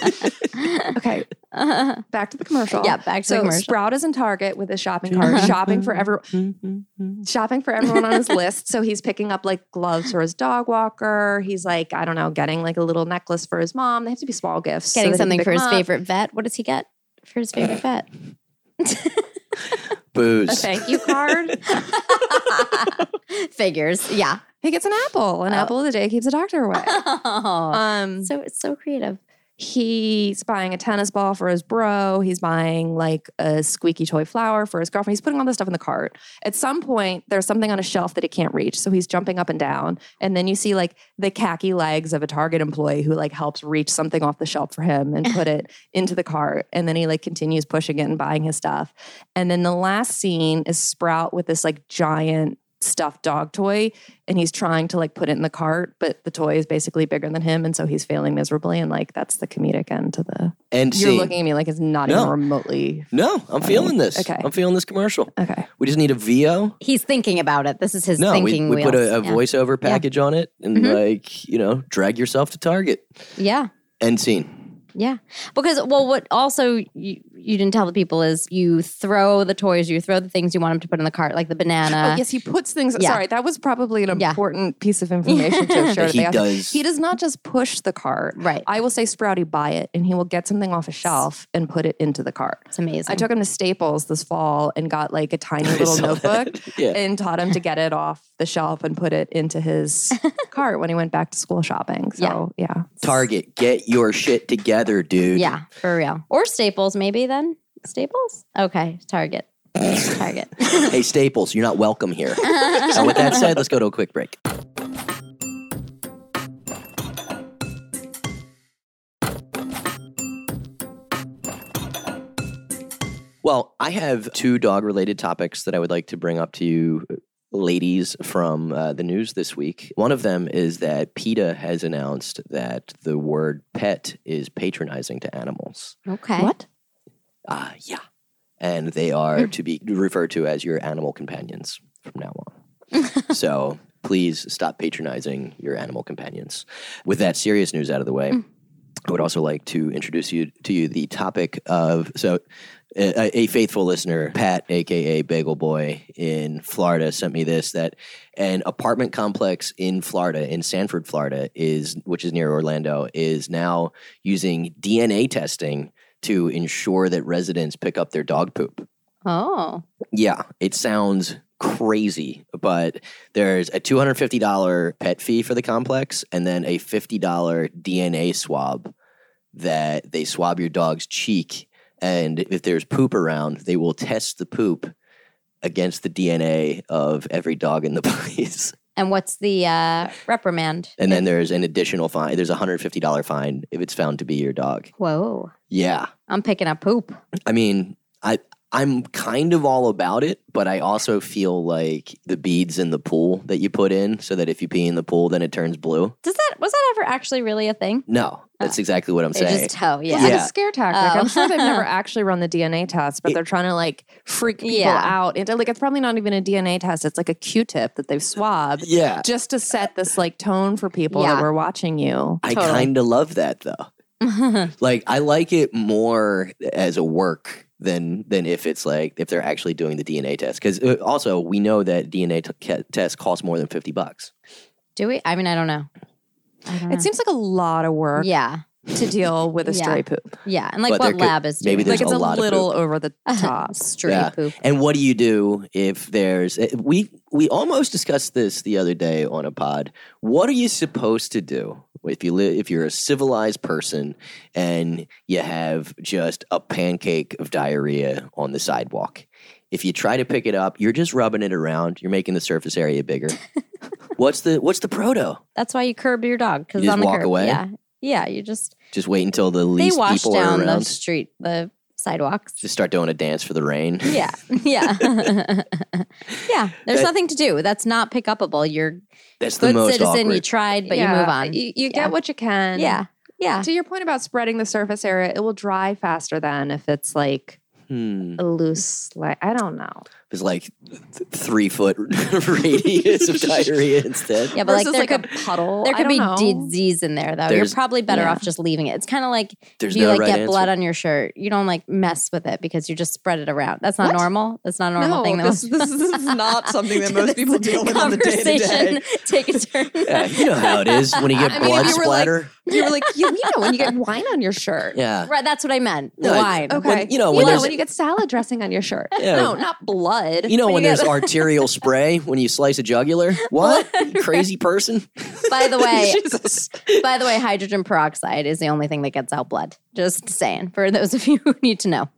B: me.
C: Okay, back to the commercial.
A: yeah, back to
C: So
A: the commercial.
C: Sprout is in Target with his shopping cart, shopping for every
B: Mm-hmm,
C: shopping for everyone on his list. So he's picking up like gloves for his dog walker. He's like, I don't know, getting like a little necklace for his mom. They have to be small gifts. so
A: Getting
C: that
A: something
C: he can pick
A: for his
C: them up.
A: favorite vet. What does he get for his favorite vet?
C: A
B: Booze.
C: thank you card.
A: Figures. Yeah.
C: he gets an apple. An
A: Oh.
C: apple of the day keeps the doctor away.
A: Oh,
C: Um,
A: so it's so creative.
C: he's buying a tennis ball for his bro. He's buying like a squeaky toy flower for his girlfriend. He's putting all this stuff in the cart. At some point, there's something on a shelf that he can't reach. So he's jumping up and down. And then you see like the khaki legs of a Target employee who like helps reach something off the shelf for him and put it into the cart. And then he like continues pushing it and buying his stuff. And then the last scene is Sprout with this like giant stuffed dog toy and he's trying to like put it in the cart, but the toy is basically bigger than him, and so he's failing miserably. And like that's the comedic end to the.
B: And
C: You're
B: scene.
C: looking at me like it's not
B: No.
C: even remotely
B: No, I'm feeling this.
C: Okay.
B: I'm feeling this commercial.
C: okay.
B: We just need a VO.
A: He's thinking about it. This is his
B: No, we,
A: thinking
B: we put
A: wheels.
B: a, a
A: Yeah.
B: voiceover
A: Yeah.
B: package on it and
A: Mhm.
B: like, you know, drag yourself to Target.
A: Yeah.
B: End scene.
A: Yeah. Because, well, what also you, you didn't tell the people is you throw the toys, you throw the things you want them to put in the cart, like the banana.
C: oh yes, he puts things.
A: yeah.
C: Sorry, that was probably an
A: Yeah.
C: important piece of information to have shared.
B: That he
C: at the outset.
B: does-
C: He does not just push the cart.
A: Right.
C: I will say Sprouty buy it, and he will get something off a shelf and put it into the cart.
A: It's amazing.
C: I took him to Staples this fall and got like a tiny little
B: saw that.
C: notebook
B: Yeah.
C: and taught him to get it off the shelf and put it into his cart when he went back to school shopping. So yeah.
B: Target, get your shit together, dude.
A: yeah, for real. Or Staples, maybe then. Staples? Okay. Target. Target.
B: Hey, Staples, you're not welcome here. so, with that said, let's go to a quick break. Well, I have two dog related topics that I would like to bring up to you, uh, ladies, from uh, the news this week. One of them is that PETA has announced that the word pet is patronizing to animals.
A: Okay.
C: What?
B: Ah, yeah. And they are to be referred to as your animal companions from now on. so please stop patronizing your animal companions. With that serious news out of the way, I would also like to introduce you to you the topic of so a, a faithful listener, Pat, aka Bagel Boy in Florida, sent me this that an apartment complex in Florida, in Sanford, Florida, is which is near Orlando, is now using DNA testing to ensure that residents pick up their dog poop.
A: Oh.
B: Yeah, it sounds crazy, but there's a $250 pet fee for the complex and then a $50 DNA swab that they swab your dog's cheek. And if there's poop around, they will test the poop against the DNA of every dog in the place.
A: And what's the uh, reprimand?
B: And then there's an additional fine. There's a $150 fine if it's found to be your dog.
A: Whoa.
B: Yeah.
A: I'm picking up poop.
B: I mean, I I'm kind of all about it, but I also feel like the beads in the pool that you put in, so that if you pee in the pool, then it turns blue.
A: Does that, was that ever actually really a thing?
B: No, that's exactly what I'm
A: They
B: saying.
A: Ah. just toe.
C: Yeah. It's
A: Yeah.
C: like a scare tactic.
A: Oh.
C: I'm sure they've never actually run the DNA test, but
B: It-
C: they're trying to like freak people
A: Yeah.
C: out. And like it's probably not even a DNA test. It's like a Q-tip that they've swabbed
B: yeah,
C: just to set this like tone for people
A: Yeah.
C: that were watching you.
B: I
A: Totally.
B: kind of love that though. Like I like it more as a work than than if it's like if they're actually doing the DNA test. Because also we know that DNA t- ca- test costs more than fifty bucks.
A: Do we? I mean, I don't know. I don't know.
C: It seems like a lot of work
A: yeah,
C: to deal with a
A: Yeah.
C: stray poop.
A: yeah, and like
B: But there
A: what
B: could-
A: lab is doing?
B: maybe there's
C: like it's
B: a
C: a,
B: lot of
C: little over the
A: like
C: top.
A: straight
B: Yeah.
A: poop.
B: And what do you do if there's eh, we we almost discussed this the other day on a pod. What are you supposed to do if you live if you're a civilized person and you have just a pancake of diarrhea on the sidewalk? If you try to pick it up, you're just rubbing it around. You're making the surface area bigger. what's the what's the proto?
A: That's why you curb your dog because
B: You
A: on
B: just
A: the
B: walk
A: curb,
B: away?
A: yeah, yeah, you just
B: Just wait until the
A: they
B: least
A: wash
B: people
A: down
B: are
A: the
B: around.
A: street, the sidewalks.
B: just start doing a dance for the rain.
A: yeah, yeah, yeah. There's
B: That-
A: nothing to do. That's not pick upable. You're
B: That's the
A: good
B: most
A: citizen.
B: awkward.
A: You tried, but you move on.
C: You, you
A: Yeah.
C: get what you can.
A: yeah, yeah.
C: To your point about spreading the surface area, it will dry faster than if it's like
B: Hmm.
C: a loose, like I don't know.
B: It's like th- three foot radius of diarrhea instead.
A: Yeah, but like
C: Versus,
A: there
C: a
A: could
C: puddle.
A: there
C: I
A: could be
C: don't know.
A: disease in there though.
B: There's-
A: You're probably better
C: yeah.
A: off just leaving it. It's kind of like
B: There's
A: if you
B: no
A: like
B: right
A: get
B: answer.
A: blood on your shirt, you don't like mess with it because you just spread it around. That's not
C: What?
A: normal. That's not a normal
C: no,
A: thing. that
C: This,
A: most-
C: this, this is not something that
A: This
C: most people deal with on the day to day.
A: conversation Take a turn.
B: Yeah, you know how it is when you get
C: I mean, if
B: blood
C: you were, like-
B: splatter.
C: You were like, you, you know, when you get wine on your shirt.
B: yeah.
A: Right, that's what I meant.
B: No, I-
A: Wine.
C: Okay.
B: When- you know,
C: You
B: when
C: know,
B: there's-
C: when you get salad dressing on your shirt.
B: Yeah.
C: No, not blood.
B: You know
A: When
B: when
A: you
B: there's
A: get-
B: arterial spray when you slice a jugular? What? Crazy person?
A: By the way,
C: Jesus.
A: by the way, hydrogen peroxide is the only thing that gets out blood. Just saying, for those of you who need to know.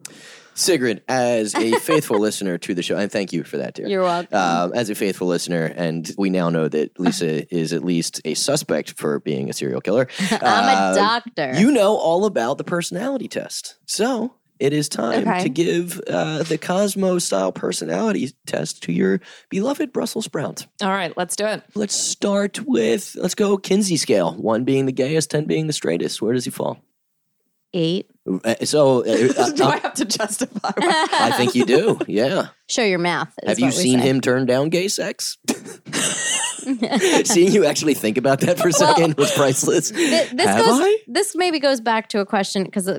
B: Sigrid, as a faithful listener to the show, and thank you for that, dear.
A: You're welcome.
B: um, as a faithful listener, and we now know that Lisa is at least a suspect for being a serial killer.
A: I'm
B: uh,
A: a doctor.
B: You know all about the personality test. So it is time
C: Okay.
B: to give uh, the Cosmo style personality test to your beloved Brussels sprout.
C: All right, let's do it.
B: Let's start with, let's go Kinsey scale, one being the gayest, 10 being the straightest. Where does he fall?
A: Eight.
B: Uh, So uh, uh,
C: do I have to justify? my-
B: I think you do. Yeah.
A: Show your math. is
B: Have you
A: what we
B: seen
A: say.
B: him turn down gay sex? Seeing you actually think about that for a
A: Well,
B: second was priceless.
A: Th- this
B: Have
A: goes.
B: I?
A: This maybe goes back to a question because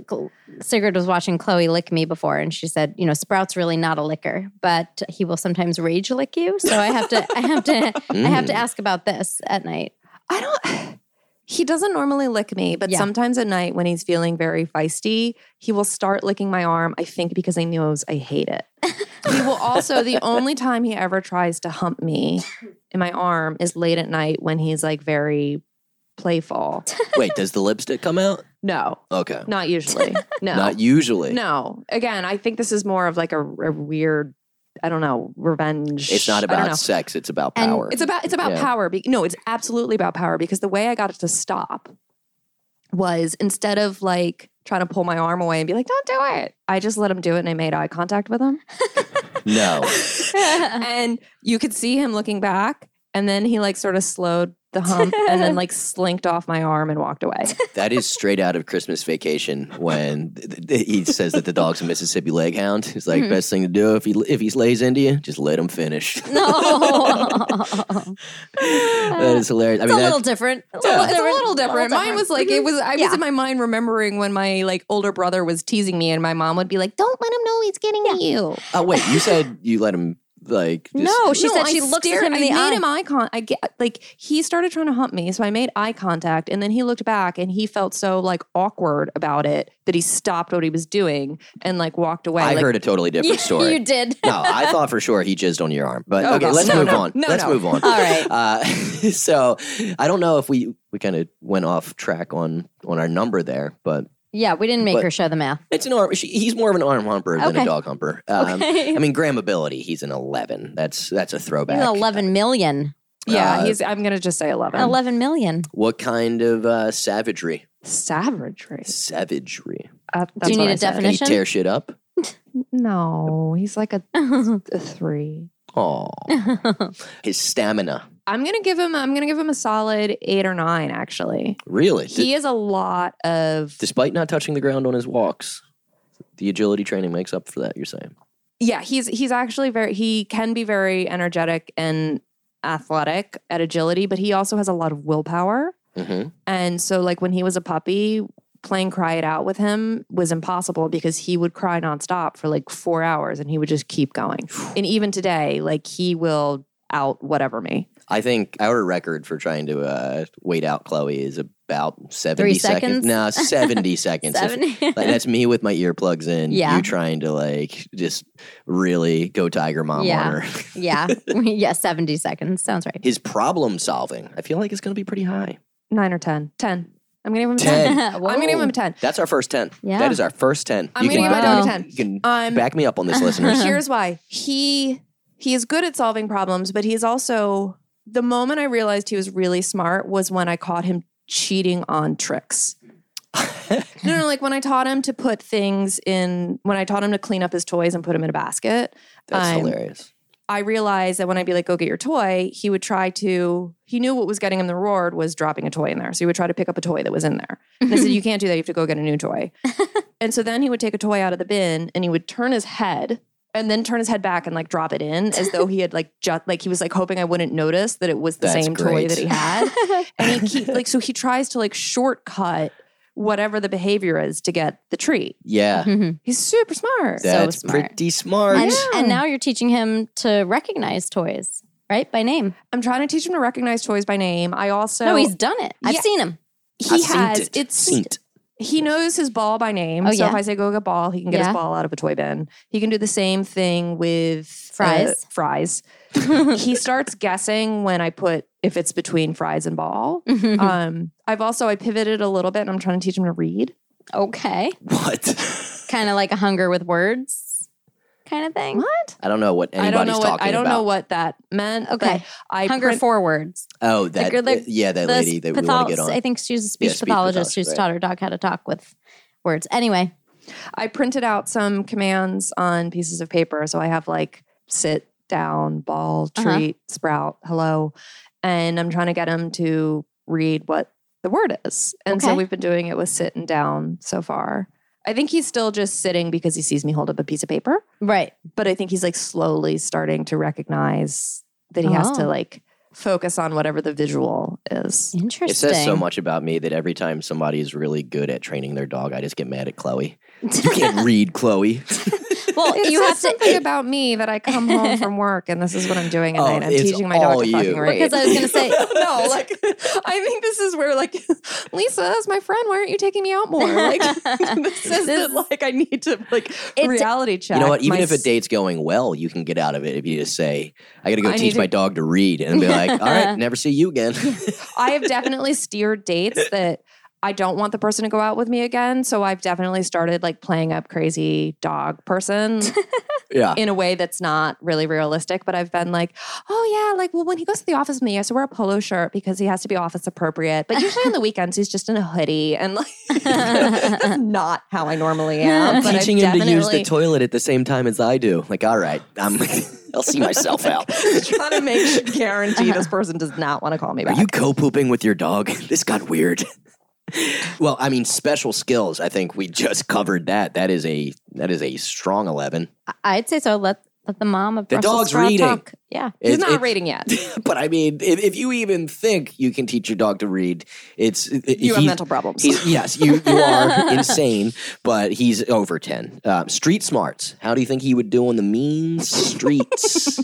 A: Sigrid was watching Chloe lick me before, and she said, "You know, Sprout's really not a licker, but he will sometimes rage lick you." So I have to, I have to, I have
B: Mm.
A: to ask about this at night.
C: I don't. He doesn't normally lick me, but
A: Yeah.
C: sometimes at night when he's feeling very feisty, he will start licking my arm. I think because he knows I hate it. he will also the only time he ever tries to hump me in my arm is late at night when he's like very playful.
B: Wait, does the lipstick come out?
C: No,
B: Okay.
C: not usually. No,
B: Not usually.
C: no. Again, I think this is more of like a, a weird. I don't know revenge.
B: It's not
C: I don't know.
B: about sex, it's about
A: And
B: power.
C: It's about it's about
B: Yeah.
C: power. Be- no, it's absolutely about power because the way I got it to stop was instead of like trying to pull my arm away and be like, "Don't do it," I just let him do it and I made eye contact with him,
B: no.
C: and you could see him looking back, and then he like sort of slowed the hump and then like slinked off my arm and walked away.
B: That is straight out of Christmas Vacation when th- th- he says that the dog's a Mississippi Leghound. He's like,
A: Mhm.
C: Mm-hmm.
B: best thing to do if he if he slays into you, just let him finish.
A: no,
B: that is hilarious. I
A: it's a
B: mean,
A: little
B: that,
A: different. It's
B: Yeah.
C: It's a little different. Mine was like it was. I was
A: Yeah.
C: in my mind remembering when my like older brother was teasing me, and my mom would be like, "Don't let him know he's getting at you."
B: oh wait, you said you let him like just,
A: No, she said
C: I
A: she looked at
C: stared-
A: him in
C: I
A: the
C: made
A: eye.
C: him eye con. I get like he started trying to hunt me, so I made eye contact, and then he looked back, and he felt so like awkward about it that he stopped what he was doing and like walked away.
B: I
C: like,
B: heard a totally different
A: Yeah,
B: story.
A: you did.
B: no, I thought for sure he jizzed on your arm. But
C: Oh,
B: okay,
C: God.
B: let's
C: No,
B: move
C: no,
B: on.
C: no,
B: let's
C: no.
B: move on.
A: All right.
B: Uh, so I don't know if we we kind of went off track on on our number there, but
A: Yeah, we didn't make
B: But-
A: her show the math.
B: it's an arm. She, he's more of an arm humper than a
A: Okay.
B: dog humper. Um,
A: Okay.
B: I mean, grammability, he's an 11. That's that's a throwback.
A: Even 11 million.
C: yeah,
B: uh,
C: he's. I'm gonna just say eleven.
A: 11 million.
B: What kind of uh, savagery?
C: Savagery.
B: Savagery.
C: Uh, that's
A: you
C: what
A: need
C: I
A: a
C: said.
B: Can he
A: Definition?
B: tear shit up?
C: No, he's like a,
A: oh,
C: a three.
B: Oh, his stamina.
C: I'm gonna give him. I'm gonna give him a solid eight or nine. Actually,
B: Really? D-
C: he is a lot of.
B: despite not touching the ground on his walks, the agility training makes up for that, you're saying?
C: yeah he's he's actually very he can be very energetic and athletic at agility but he also has a lot of willpower
B: Mm-hmm.
C: and so like when he was a puppy playing cry it out with him was impossible because he would cry nonstop for like four hours and he would just keep going. and even today, like he will out whatever me.
B: I think our record for trying to uh, wait out Chloe is about 70
A: Three seconds?
B: seconds. No, 70 seconds. If-
A: Seven.
B: like, that's me with my earplugs in.
A: Yeah.
B: You trying to like just really go Tiger Mom on
A: Yeah.
B: her.
A: yeah. yeah. 70 seconds. Sounds right.
B: His problem solving, I feel like it's going to be pretty high.
C: Nine or 10. 10. I'm going to give him a 10.
B: 10.
C: I'm going to give him a 10.
B: That's our first 10.
A: Yeah.
B: That is our first 10.
C: I'm
B: you
C: going
B: can,
C: to give him a
A: Wow.
C: dog a 10.
B: you can
C: Um,
B: back me up on this, listeners.
C: Here's why. He he is good at solving problems, but he's also the moment I realized he was really smart was when I caught him cheating on tricks. no, no, like when I taught him to put things in when I taught him to clean up his toys and put them in a basket,
B: That's
C: I'm-
B: hilarious.
C: I realized that when I'd be like, go get your toy, he would try to, he knew what was getting him the reward was dropping a toy in there. So he would try to pick up a toy that was in there. And I said, you can't do that. You have to go get a new toy. and so then he would take a toy out of the bin and he would turn his head and then turn his head back and like drop it in as though he had like just like he was like hoping I wouldn't notice that it was the
B: That's
C: same toy
B: great.
C: that he had. and he keep like so he tries to like shortcut whatever the behavior is to get the treat.
B: Yeah.
A: Mhm.
C: He's super smart.
A: Yeah.
B: That's
A: smart.
B: pretty smart.
A: and,
C: Yeah.
A: and now you're teaching him to recognize toys, right? By name.
C: I'm trying to teach him to recognize toys by name. I also
A: no, he's done it. I've
C: Yeah.
A: seen him.
C: he
B: I've seen
C: has
B: it.
C: it's
B: Seen it.
C: he knows his ball by name.
A: Oh,
C: so if
A: yeah.
C: I say go get ball, he can get
A: Yeah.
C: his ball out of a toy bin. He can do the same thing with uh,
A: Fries.
C: fries. he starts guessing when I put if it's between fries and ball.
A: Mm-hmm.
C: Um, I've also I pivoted a little bit and I'm trying to teach him to read.
A: okay.
B: What?
A: Kind of like a hunger with words kind of thing.
C: What?
B: I don't know what anybody's
C: I don't know
B: talking
C: what I don't
B: about.
C: know what that meant. but
A: Okay.
C: I
A: hunger
C: print-
A: for words.
B: Oh, that
A: girl that-
B: yeah, that
A: The
B: lady that we want to get
A: pathol-
B: on.
A: I think she's a speech
B: Yeah, speech
A: pathologist who's
B: pathologist,
A: taught her dog how to talk with words. Anyway,
C: I printed out some commands on pieces of paper. So I have like sit, down, ball, treat,
A: Uh-huh.
C: sprout, hello. And I'm trying to get him to read what the word is. And so
A: Okay.
C: we've been doing it with sit and down so far. I think he's still just sitting because he sees me hold up a piece of paper,
A: right.
C: but I think he's like slowly starting to recognize that he has to
A: Oh.
C: like focus on whatever the visual is.
A: Interesting.
B: It says so much about me that every time somebody is really good at training their dog, I just get mad at Chloe. You can't read Chloe.
A: well,
C: It
A: you
C: says
A: have to
C: something about me that I come home from work and this is what I'm doing at
B: Oh,
C: night. I'm
B: it's
C: teaching my dog
B: all
C: to
B: you.
C: fucking read.
A: because I was going to say
C: no, like I think this is where like Lisa is my friend. Why aren't you taking me out more? Like this is the,
A: This-
C: like I need to like
A: It-
C: reality check.
B: you know what? Even
C: my
B: if a
C: s-
B: date's going well, you can get out of it if you just say, I got to go
C: I
B: teach
C: need
B: my
C: to- Uh-huh.
B: dog to read and be like, all right, never see you again.
C: I have definitely steered dates that I don't want the person to go out with me again. So I've definitely started like playing up crazy dog person
B: yeah.
C: in a way that's not really realistic. But I've been like, oh yeah, like well when he goes to the office with me, I have to wear a polo shirt because he has to be office appropriate. But usually on the weekends he's just in a hoodie and like that's not how I normally am. But I've
B: Teaching him to use the
C: definitely
B: toilet at the same time as I do. Like, all right, I'm, I'll see myself out.
C: trying to make sure, guarantee this person does not want to call me
B: Are
C: back.
B: you co pooping with your dog? This got weird. well, I mean, special skills. I think we just covered that. That is a that is a strong eleven.
A: I'd say so. Let let the mom of
B: The
A: Brussels
B: dog's
A: sprout
B: reading.
A: Talk. Yeah.
C: He's
B: It's-
C: not
B: it's-
C: rating yet.
B: But I mean, if, if you even think you can teach your dog to read, it's
C: You have mental problems.
B: He's, yes, you, you are insane, but he's over 10. Um, street smarts. How do you think he would do on the mean streets?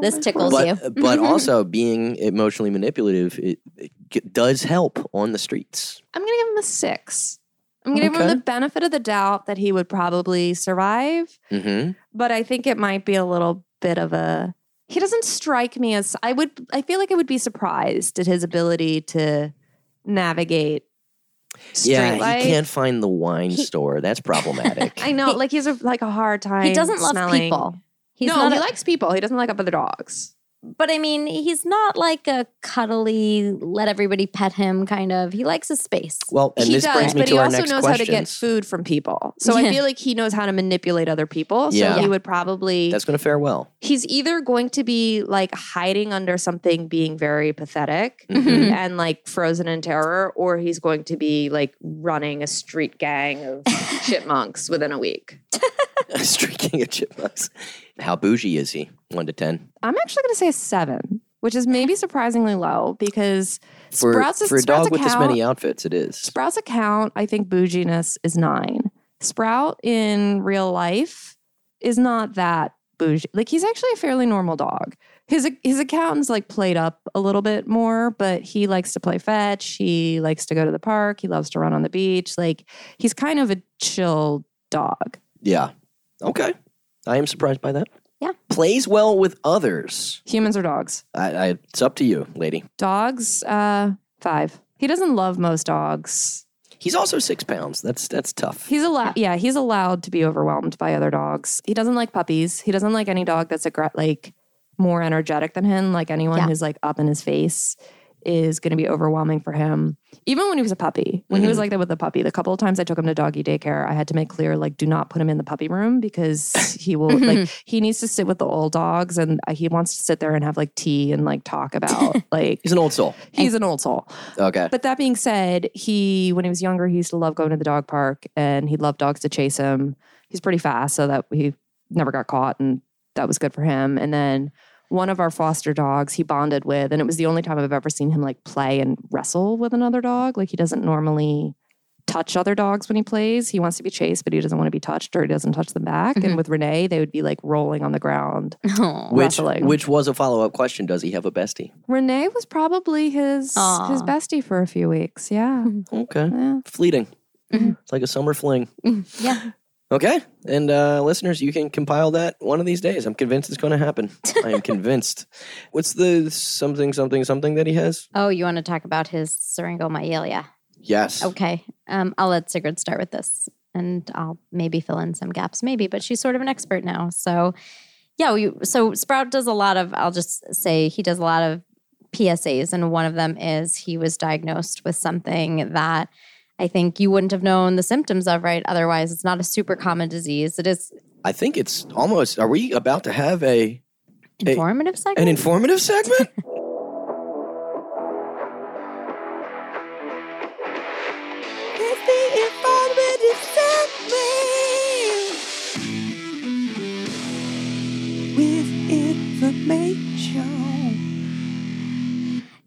A: this tickles you.
B: but, but also, being emotionally manipulative it, it g- does help on the streets.
C: I'm gonna give him a six. I'm gonna give him
B: Okay.
C: the benefit of the doubt that he would probably survive.
B: hmm
C: but I think it might be a little bit of a. He doesn't strike me as I would. I feel like I would be surprised at his ability to navigate. Street
B: Yeah,
C: life.
B: he can't find the wine
A: He-
B: store. That's problematic.
C: I know, like he's a, like a hard time.
A: He doesn't love
C: smelling.
A: people. He's
C: no,
A: not
C: he
A: a-
C: likes people. He doesn't like other dogs.
A: but I mean, he's not like a cuddly, let everybody pet him kind of. He likes his space.
B: well, and
C: he
B: this
C: does,
B: brings me
C: but
B: to
C: he
B: our
C: also
B: next
C: knows how to get
B: question.
C: food from people. So I
A: Yeah.
C: feel like he knows how to manipulate other people. So
B: Yeah.
C: he would probably
B: That's going to fare well.
C: he's either going to be like hiding under something being very pathetic
B: Mhm.
C: and like frozen in terror or he's going to be like running a street gang of chipmunks within a week Street
B: Streaking of chipmunks. How bougie is he? One to ten.
C: i'm actually going to say a seven which is maybe surprisingly low because
B: For,
C: Sprouts is
B: for a
C: Sprouts
B: dog with this
C: account-
B: many outfits, it is.
C: Sprout's account, I think bouginess is nine. Sprout in real life is not that bougie. Like he's actually a fairly normal dog. His his accountant's like played up a little bit more, but he likes to play fetch. He likes to go to the park. He loves to run on the beach. Like he's kind of a chill dog.
B: Yeah. Okay. I am surprised by that.
A: Yeah.
B: Plays well with others.
C: Humans are dogs.
B: I, I, it's up to you, lady.
C: Dogs, uh, five. He doesn't love most dogs.
B: He's also six pounds. That's that's tough.
C: He's allowed. Yeah, he's allowed to be overwhelmed by other dogs. He doesn't like puppies. He doesn't like any dog that's aggr- like more energetic than him. Like anyone
A: Yeah.
C: who's like up in his face is going to be overwhelming for him. Even when he was a puppy, when he was like that with a puppy, the couple of times I took him to doggy daycare, I had to make clear like do not put him in the puppy room because he will like he needs to sit with the old dogs and uh, he wants to sit there and have like tea and like talk about like
B: He's an old soul.
C: he's an old soul.
B: Okay.
C: But that being said, he when he was younger, he used to love going to the dog park, and he loved dogs to chase him. He's pretty fast, so that he never got caught, and that was good for him. And then one of our foster dogs he bonded with, and it was the only time I've ever seen him like play and wrestle with another dog. Like he doesn't normally touch other dogs when he plays. He wants to be chased, but he doesn't want to be touched, or he doesn't touch them back.
A: Mhm.
C: And with Renee, they would be like rolling on the ground.
A: Aw.
B: which
C: wrestling.
B: which was a follow up question. Does he have a bestie?
C: Renee was probably his his
A: Aw.
C: bestie for a few weeks. Yeah.
B: Okay.
C: yeah.
B: Fleeting.
C: Mm-hmm.
A: Mhm.
B: It's like a summer fling.
A: yeah.
B: Okay. And uh, listeners, you can compile that one of these days. I'm convinced it's going to happen. I am convinced. What's the something, something, something that he has?
A: Oh, you want to talk about his syringomyelia?
B: Yes.
A: Okay. Um, I'll let Sigrid start with this and I'll maybe fill in some gaps, maybe, but she's sort of an expert now. So, yeah, we, so Sprout does a lot of, I'll just say he does a lot of PSAs. And one of them is he was diagnosed with something that I think you wouldn't have known the symptoms of, right? Otherwise, it's not a super common disease. It is
B: I think it's almost. Are we about to have a Hey,
A: informative
B: an
A: segment.
B: informative segment?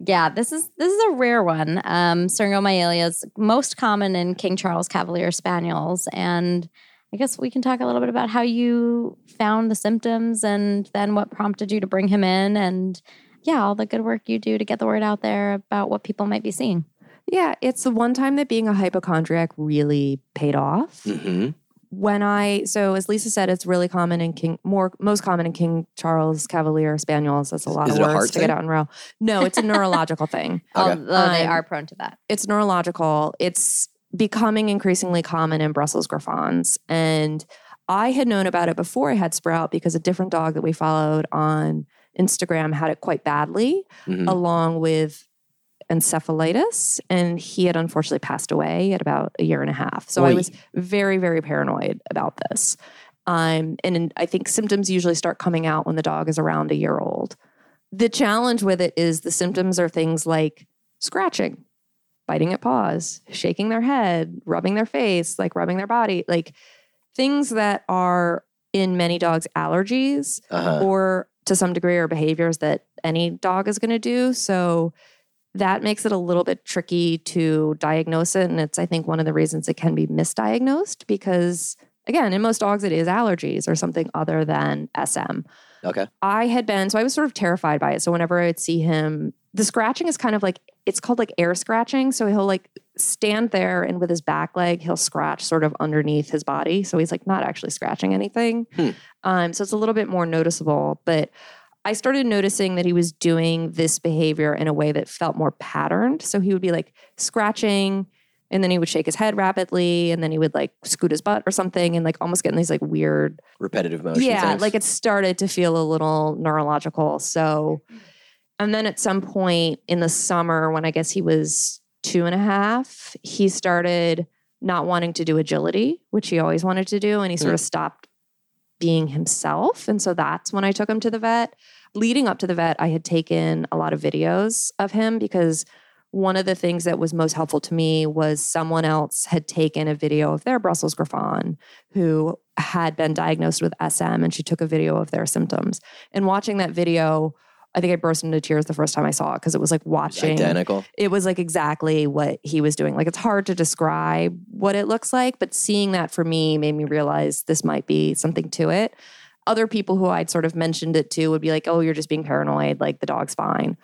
A: Yeah, this is this is a rare one. Um, Syringomyelia is most common in King Charles Cavalier Spaniels, and I guess we can talk a little bit about how you found the symptoms and then what prompted you to bring him in, and yeah, all the good work you do to get the word out there about what people might be seeing.
C: Yeah, it's the one time that being a hypochondriac really paid off.
B: mm-hmm.
C: When I so as Lisa said, it's really common in King more most common in King Charles Cavalier Spaniels. That's a lot
B: Is
C: of
B: it a
C: words
B: heart
C: to get
B: thing?
C: out in a row. No, it's a neurological thing.
B: Okay.
A: Although they
C: Um,
A: are prone to that.
C: It's neurological. It's becoming increasingly common in Brussels Griffons. And I had known about it before I had Sprout because a different dog that we followed on Instagram had it quite badly
B: Mhm.
C: along with encephalitis and he had unfortunately passed away at about a year and a half so i
B: Oy.
C: was very very paranoid about this um, and in- i think symptoms usually start coming out when the dog is around a year old the challenge with it is the symptoms are things like scratching biting at paws shaking their head rubbing their face like rubbing their body like things that are in many dogs allergies
B: Uh-huh.
C: or to some degree or behaviors that any dog is going to do. So that makes it a little bit tricky to diagnose it. And it's, I think, one of the reasons it can be misdiagnosed because, again, in most dogs, it is allergies or something other than SM.
B: Okay.
C: I had been, so I was sort of terrified by it. So whenever I would see him, the scratching is kind of like, it's called like air scratching. So he'll like stand there and with his back leg, he'll scratch sort of underneath his body. So he's like not actually scratching anything.
B: Hmm.
C: Um, so it's a little bit more noticeable. But I started noticing that he was doing this behavior in a way that felt more patterned. So he would be like scratching and then he would shake his head rapidly and then he would like scoot his butt or something and like almost getting these like weird
B: Repetitive motion.
C: yeah,
B: things.
C: like it started to feel a little neurological. So, and then at some point in the summer, when I guess he was two and a half, he started not wanting to do agility, which he always wanted to do, and he sort of stopped being himself. And so that's when I took him to the vet. Leading up to the vet, I had taken a lot of videos of him because one of the things that was most helpful to me was someone else had taken a video of their Brussels Griffon who had been diagnosed with SM and she took a video of their symptoms. And watching that video, I think I burst into tears the first time I saw it because it was like watching.
B: Identical.
C: It was like exactly what he was doing. Like it's hard to describe what it looks like, but seeing that for me made me realize this might be something to it. Other people who I'd sort of mentioned it to would be like, oh, you're just being paranoid. Like the dog's fine.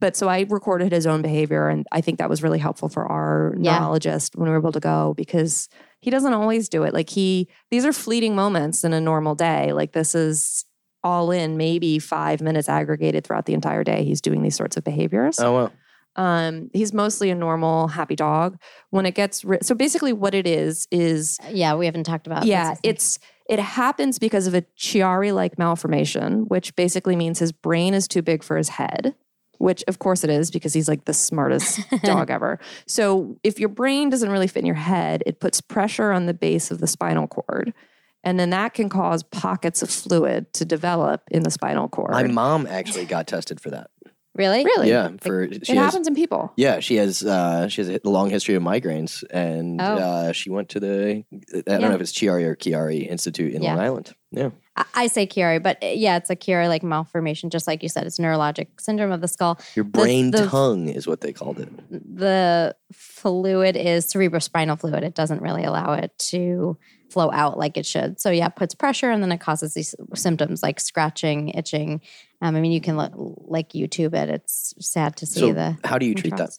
C: But so I recorded his own behavior. And I think that was really helpful for our
A: Yeah.
C: neurologist when we were able to go because he doesn't always do it. Like he, these are fleeting moments in a normal day. Like this is all in maybe five minutes aggregated throughout the entire day. He's doing these sorts of behaviors.
B: Oh well.
C: Um, he's mostly a normal happy dog. When it gets ri- so basically, what it is is
A: Yeah, we haven't talked about.
C: yeah,
A: this.
C: it's it happens because of a Chiari-like malformation, which basically means his brain is too big for his head. Which of course it is because he's like the smartest dog ever. So if your brain doesn't really fit in your head, it puts pressure on the base of the spinal cord. And then that can cause pockets of fluid to develop in the spinal cord.
B: My mom actually got tested for that.
A: really
C: really?
B: Yeah,
C: Like,
B: for she
C: it
B: has
C: happens in people.
B: Yeah, she has uh, she has a long history of migraines, and
A: Oh.
B: uh, she went to the I don't
A: Yeah.
B: know if it's Chiari or Chiari Institute in
A: Yeah.
B: Long Island. Yeah,
A: I, I say Chiari, but uh, yeah, it's a Chiari like malformation, just like you said. It's neurologic syndrome of the skull.
B: your brain
A: the-
B: tongue is what they called it.
A: The fluid is cerebrospinal fluid. It doesn't really allow it to flow out like it should. So yeah, it puts pressure, and then it causes these symptoms like scratching, itching. Um, I mean, you can lo- like YouTube it. It's sad to see
B: So
A: the.
B: how do you treat that?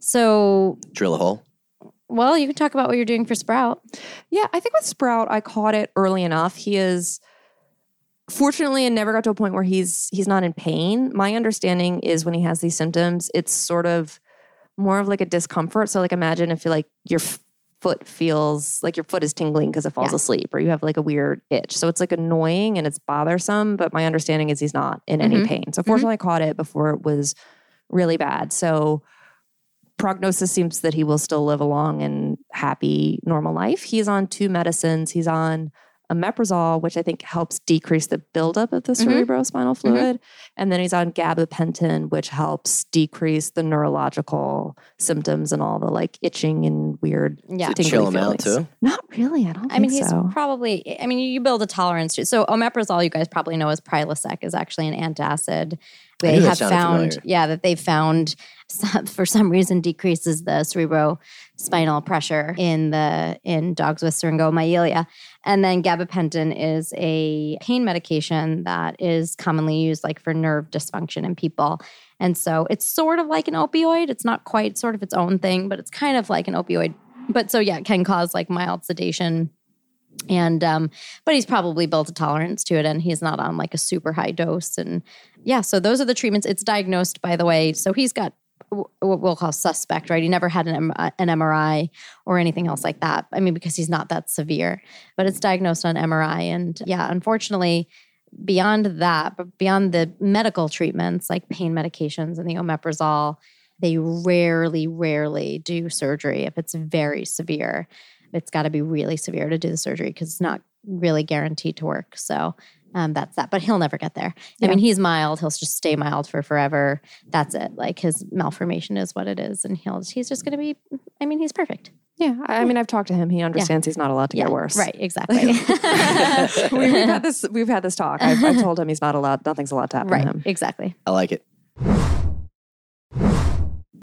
A: So
B: Drill a hole.
A: well, you can talk about what you're doing for Sprout.
C: Yeah, I think with Sprout, I caught it early enough. He is fortunately it never got to a point where he's he's not in pain. My understanding is when he has these symptoms, it's sort of more of like a discomfort. So like imagine if you like your f- foot feels like your foot is tingling because it falls
A: Yeah.
C: asleep or you have like a weird itch. So it's like annoying and it's bothersome, but my understanding is he's not in any
A: Mhm.
C: pain. So fortunately I caught it before it was really bad. So prognosis seems that he will still live a long and happy normal life. He's on two medicines. He's on omeprazole, which I think helps decrease the buildup of the
A: Mhm.
C: cerebrospinal fluid, and then he's on gabapentin, which helps decrease the neurological symptoms and all the like itching and weird.
A: Yeah,
B: To
C: tingly
B: chill them out
C: feelings.
B: too.
C: Not really. I don't.
A: I mean,
C: think
A: he's
C: so.
A: probably. I mean, you build a tolerance to. So omeprazole, you guys probably know, is Prilosec is actually an antacid.
B: I knew
A: They
B: that
A: have
B: sounded
A: found,
B: familiar.
A: yeah, that they found some, for some reason decreases the cerebrospinal pressure in the in dogs with syringomyelia. And then gabapentin is a pain medication that is commonly used like for nerve dysfunction in people. And so it's sort of like an opioid. It's not quite sort of its own thing, but it's kind of like an opioid. But so yeah, it can cause like mild sedation. And um, but he's probably built a tolerance to it and he's not on like a super high dose. And yeah, so those are the treatments. It's diagnosed by the way. So he's got w- what we'll call suspect, right? He never had an, M- uh, an MRI or anything else like that. I mean, because he's not that severe, but it's diagnosed on MRI. And yeah, unfortunately, beyond that, but beyond the medical treatments like pain medications and the omeprazole, they rarely, rarely do surgery if it's very severe. It's got to be really severe to do the surgery because it's not really guaranteed to work. So um, that's that. But he'll never get there. I
C: Yeah.
A: mean, he's mild. He'll just stay mild for forever. That's it. Like his malformation is what it is, and he'll he's just going to be. I mean, he's perfect.
C: Yeah, I, I mean, I've talked to him. He understands he's not allowed to get worse.
A: Right. Exactly.
C: we, we've had this. We've had this talk. I've, I've told him he's not allowed. Nothing's allowed to happen
A: right.
C: to him.
A: Exactly.
B: I like it.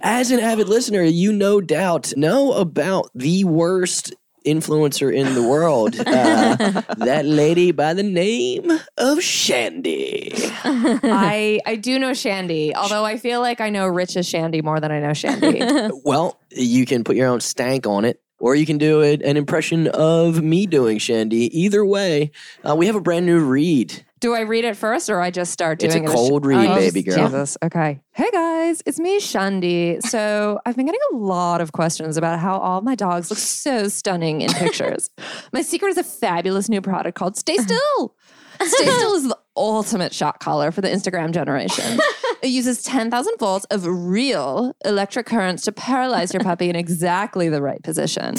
B: As an avid listener, you no doubt know about the worst influencer in the world. Uh, that lady by the name of Shandy.
C: I I do know Shandy, although I feel like I know Rich's Shandy more than I know Shandy.
B: Well, you can put your own stank on it, or you can do it, an impression of me doing Shandy. Either way, uh, we have a brand new read.
C: do I read it first, or I just start doing
B: It's a
C: it? as-
B: cold read,
C: Oh,
B: baby girl.
C: Jesus. Okay. Hey guys, it's me, Shandy. So I've been getting a lot of questions about how all my dogs look so stunning in pictures. my secret is a fabulous new product called Stay Still. Stay Still is the ultimate shot collar for the Instagram generation. It uses 10,000 volts of real electric currents to paralyze your puppy in exactly the right position.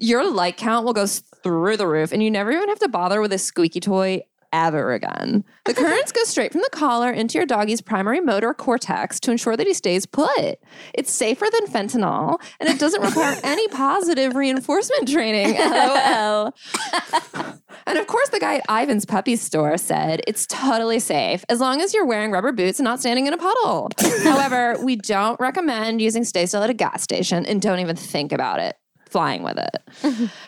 C: your light count will go s- through the roof, and you never even have to bother with a squeaky toy Avaragon. The currents go straight from the collar into your doggy's primary motor cortex to ensure that he stays put. It's safer than fentanyl and it doesn't require any positive reinforcement training. LOL. and of course, the guy at Ivan's puppy store said it's totally safe as long as you're wearing rubber boots and not standing in a puddle. However, we don't recommend using stay still at a gas station and don't even think about it flying with it.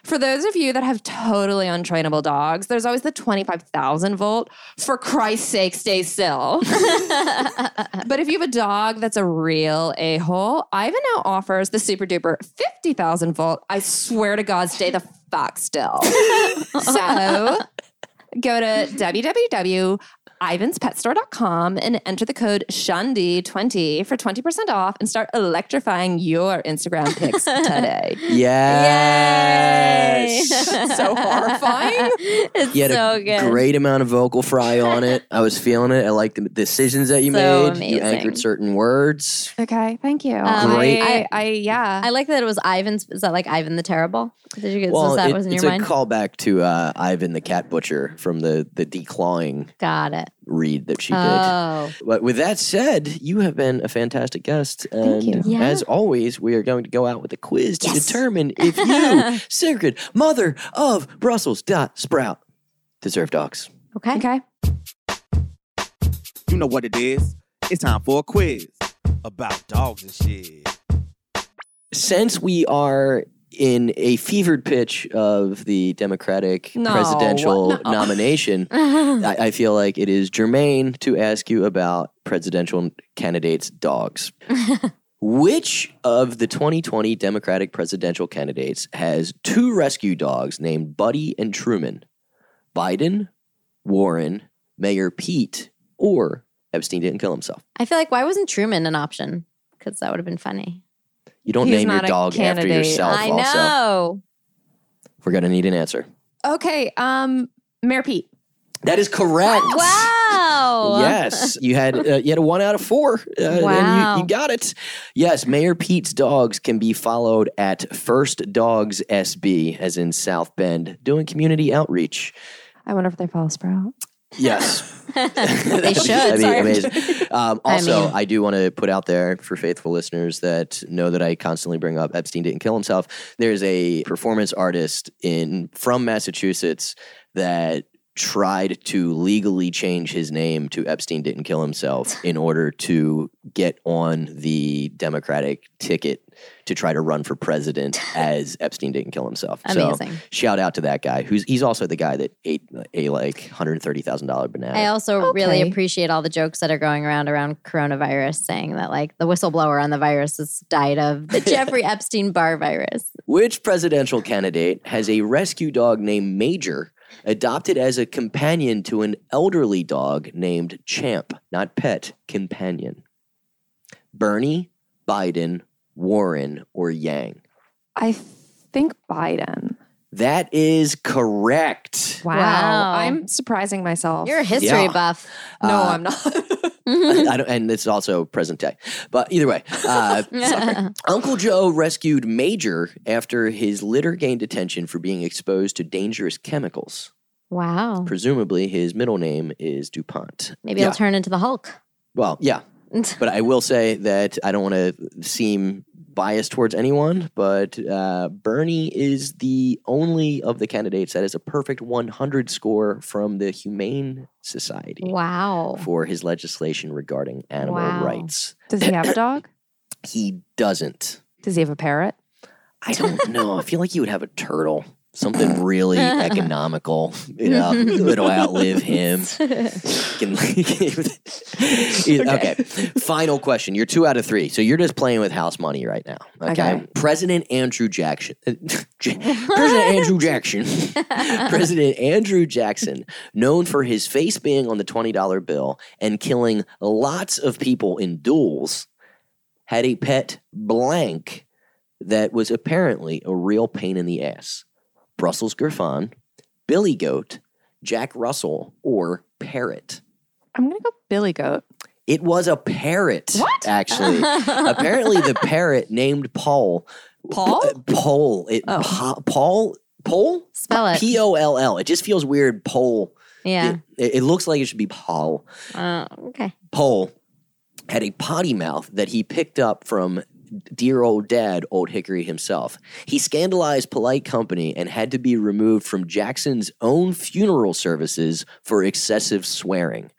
C: for those of you that have totally untrainable dogs, there's always the 25,000 volt. For Christ's sake, stay still. but if you have a dog that's a real a hole, Ivan now offers the super duper 50,000 volt. I swear to God, stay the fuck still. so go to www. IvansPetStore.com and enter the code SHUNDY20 for 20% off and start electrifying your Instagram pics today.
B: Yes.
C: so horrifying.
A: It's
B: You had
A: so
B: a
A: good.
B: great amount of vocal fry on it. I was feeling it. I liked the decisions that you
A: So
B: made. You
A: amazing.
B: anchored certain words.
C: Okay, thank you.
A: Great.
C: Um, I, I, I yeah.
A: I like that it was Ivan's. Is that like Ivan the Terrible? Did you get so
B: Well,
A: that
B: it-
A: was in
B: it's
A: your
B: a
A: mind?
B: callback to uh, Ivan the Cat Butcher from the the declawing
A: Got it.
B: read that she did.
A: Oh,
B: But with that said, you have been a fantastic guest. And
C: you.
A: Yeah.
B: as always, we are going to go out with a quiz to
A: Yes.
B: determine if you, sacred mother of Brussels dot sprout, deserve dogs.
A: okay.
C: okay.
D: You know what it is. It's time for a quiz about dogs and shit.
B: Since we are in a fevered pitch of the Democratic
C: No,
B: presidential
C: no.
B: nomination, I, I feel like it is germane to ask you about presidential candidates' dogs. Which of the 2020 Democratic presidential candidates has two rescue dogs named Buddy and Truman? Biden, Warren, Mayor Pete, or Epstein didn't kill himself?
A: I feel like why wasn't Truman an option? Because that would have been funny.
B: You don't
C: He's
B: name your
C: not a
B: dog after
C: candidate.
B: yourself,
A: I
B: also.
A: know.
B: We're going to need an answer.
C: Okay. Um, Mayor Pete.
B: That is correct.
A: Wow.
B: Yes, you had uh, you had a one out of four, uh, and
A: Wow.
B: you, you got it. Yes, Mayor Pete's dogs can be followed at First Dogs SB, as in South Bend, doing community outreach.
C: I wonder if they follow Sprout.
B: Yes,
A: they should.
B: I mean,
A: Sorry.
B: amazing. Um, also, I,
A: mean-
B: do want to put out there for faithful listeners that know that I constantly bring up Epstein didn't kill himself. There's a performance artist in from Massachusetts that tried to legally change his name to Epstein didn't kill himself in order to get on the Democratic ticket to try to run for president as Epstein didn't kill himself. So
A: Amazing.
B: shout out to that guy who's he's also the guy that ate a like $130,000 banana.
A: I also really
C: Okay.
A: appreciate all the jokes that are going around around coronavirus, saying that like the whistleblower on the virus has died of the Jeffrey Epstein Barr virus.
B: Which presidential candidate has a rescue dog named Major adopted as a companion to an elderly dog named Champ, not pet, companion? Bernie, Biden, Warren, or Yang?
C: I think Biden.
B: That is correct.
C: Wow.
A: Wow.
C: I'm surprising myself.
A: You're a history
B: Yeah.
A: buff.
C: no,
B: Uh,
C: I'm not.
B: I don't, and it's also present day. But either way, uh, Uncle Joe rescued Major after his litter gained attention for being exposed to dangerous chemicals.
A: wow.
B: Presumably, his middle name is DuPont.
A: Maybe
B: yeah.
A: it'll turn into the Hulk.
B: Well, yeah. but I will say that I don't want to seem biased towards anyone, but uh, Bernie is the only of the candidates that has a perfect 100 score from the Humane Society
A: Wow.
B: for his legislation regarding animal
A: Wow.
B: rights.
C: Does he have a dog?
B: He doesn't.
C: Does he have a parrot?
B: I don't know. I feel like he would have a turtle, something really economical. You know, it'll outlive him. Can- okay. Final question. You're two out of three, so you're just playing with house money right now. Okay.
C: Okay.
B: President Andrew Jackson. President Andrew Jackson. President Andrew Jackson, known for his face being on the twenty dollar bill and killing lots of people in duels, had a pet blank that was apparently a real pain in the ass. Brussels Griffon, Billy Goat, Jack Russell, or Parrot.
C: I'm going to go Billy Goat.
B: It was a parrot.
C: What?
B: Actually, apparently the parrot named Paul.
C: Paul?
B: Paul. It
C: Oh.
B: Pa- Paul. Paul.
A: Spell it.
B: P O L L. It just feels weird. Pole.
A: Yeah.
B: It, it looks like it should be Paul.
A: Uh, okay.
B: Paul had a potty mouth that he picked up from dear old dad, Old Hickory himself. He scandalized polite company and had to be removed from Jackson's own funeral services for excessive swearing.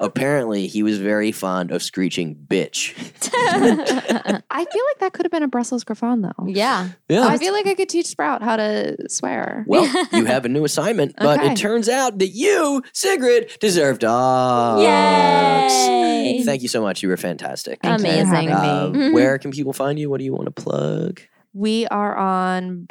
B: Apparently, he was very fond of screeching bitch.
C: I feel like that could have been a Brussels Griffon though.
A: yeah.
B: Oh,
C: I feel like I could teach Sprout how to swear.
B: Well, you have a new assignment, but
C: Okay.
B: it turns out that you, Sigrid, deserve dogs.
A: Yay!
B: Thank you so much. You were fantastic.
C: Thank you for
A: Amazing.
B: Uh,
C: having me. Mm-hmm.
A: Mhm.
B: Where can people find you? What do you want to plug?
C: We are on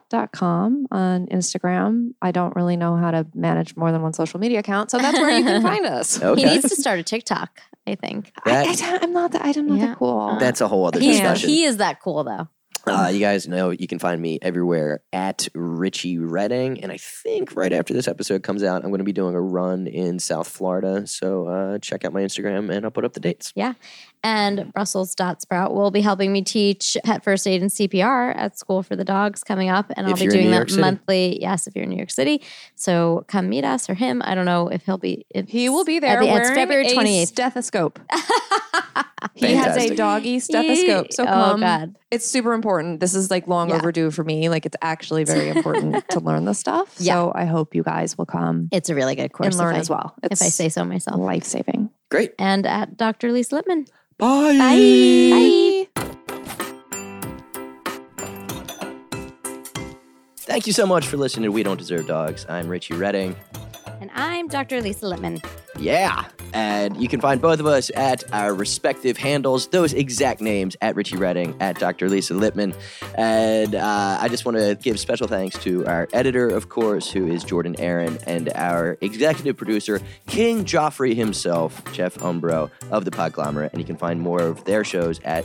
C: brusselsprout.com on Instagram. I don't really know how to manage more than one social media account, so that's where you can find us.
A: He
B: Okay.
A: needs to start a TikTok, I think.
C: I,
B: That-
C: I, am not that. I'm not
A: Yeah.
C: that cool.
B: That's a whole other
A: He's,
B: discussion.
A: he is that cool, though.
B: Uh, you guys know you can find me everywhere at Richie Redding. And I think right after this episode comes out, I'm going to be doing a run in South Florida. So uh, check out my Instagram and I'll put up the dates.
A: And Brussels.sprout will be helping me teach pet first aid and CPR at school for the dogs coming up. And I'll
B: If
A: be
B: you're in
A: doing
B: New
A: that
B: York City.
A: monthly. Yes, if you're in New York City. So come meet us or him. I don't know if he'll be. If
C: He will be there
A: At the- at
C: wearing
A: February
C: a
A: 28th.
C: stethoscope. he has a
B: Fantastic.
C: doggy stethoscope. So
A: oh,
C: come.
A: God.
C: It's super important. This is like long
A: Yeah.
C: overdue for me. Like it's actually very important to learn this stuff.
A: Yeah.
C: So I hope you guys will come
A: It's a really good course.
C: and learn
A: if I,
C: as well.
A: If I say so myself.
C: life saving.
B: Great.
A: And at Dr. Lee Slipman.
B: Bye.
A: Bye.
B: Thank you so much for listening to We Don't Deserve Dogs. I'm Richie Redding.
A: And I'm Dr. Lisa Lippman.
B: Yeah. And you can find both of us at our respective handles, those exact names at Richie Redding, at Dr. Lisa Lippman. And uh, I just want to give special thanks to our editor, of course, who is Jordan Aaron, and our executive producer, King Joffrey himself, Jeff Umbro of The Podglomerate. And you can find more of their shows at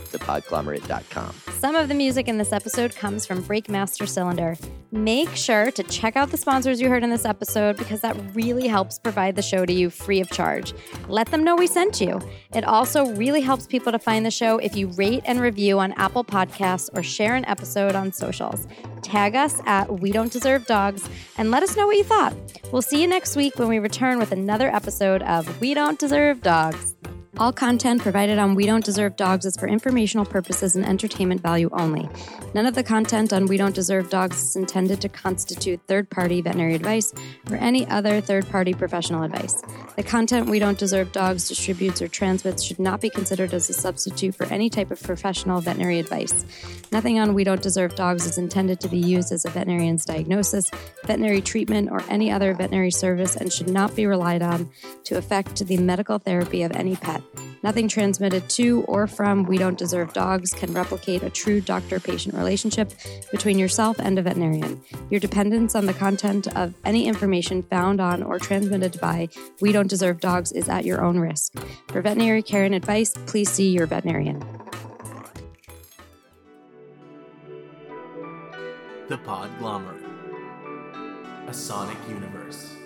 B: thepodglomerate.com.
A: Some of the music in this episode comes from Breakmaster Cylinder. Make sure to check out the sponsors you heard in this episode because that really helps provide the show to you free of charge. Let them know we sent you. It also really helps people to find the show if you rate and review on Apple Podcasts or share an episode on socials. Tag us at We Don't Deserve Dogs and let us know what you thought. We'll see you next week when we return with another episode of We Don't Deserve Dogs. All content provided on We Don't Deserve Dogs is for informational purposes and entertainment value only. None of the content on We Don't Deserve Dogs is intended to constitute third party veterinary advice or any other third party professional advice. The content We Don't Deserve Dogs distributes or transmits should not be considered as a substitute for any type of professional veterinary advice. Nothing on We Don't Deserve Dogs is intended to be used as a veterinarian's diagnosis, veterinary treatment, or any other veterinary service and should not be relied on to affect the medical therapy of any pet. Nothing transmitted to or from We Don't Deserve Dogs can replicate a true doctor patient relationship between yourself and a veterinarian. Your dependence on the content of any information found on or transmitted by We Don't Deserve Dogs is at your own risk. For veterinary care and advice, please see your veterinarian.
E: The Podglomerate. A Sonic Universe.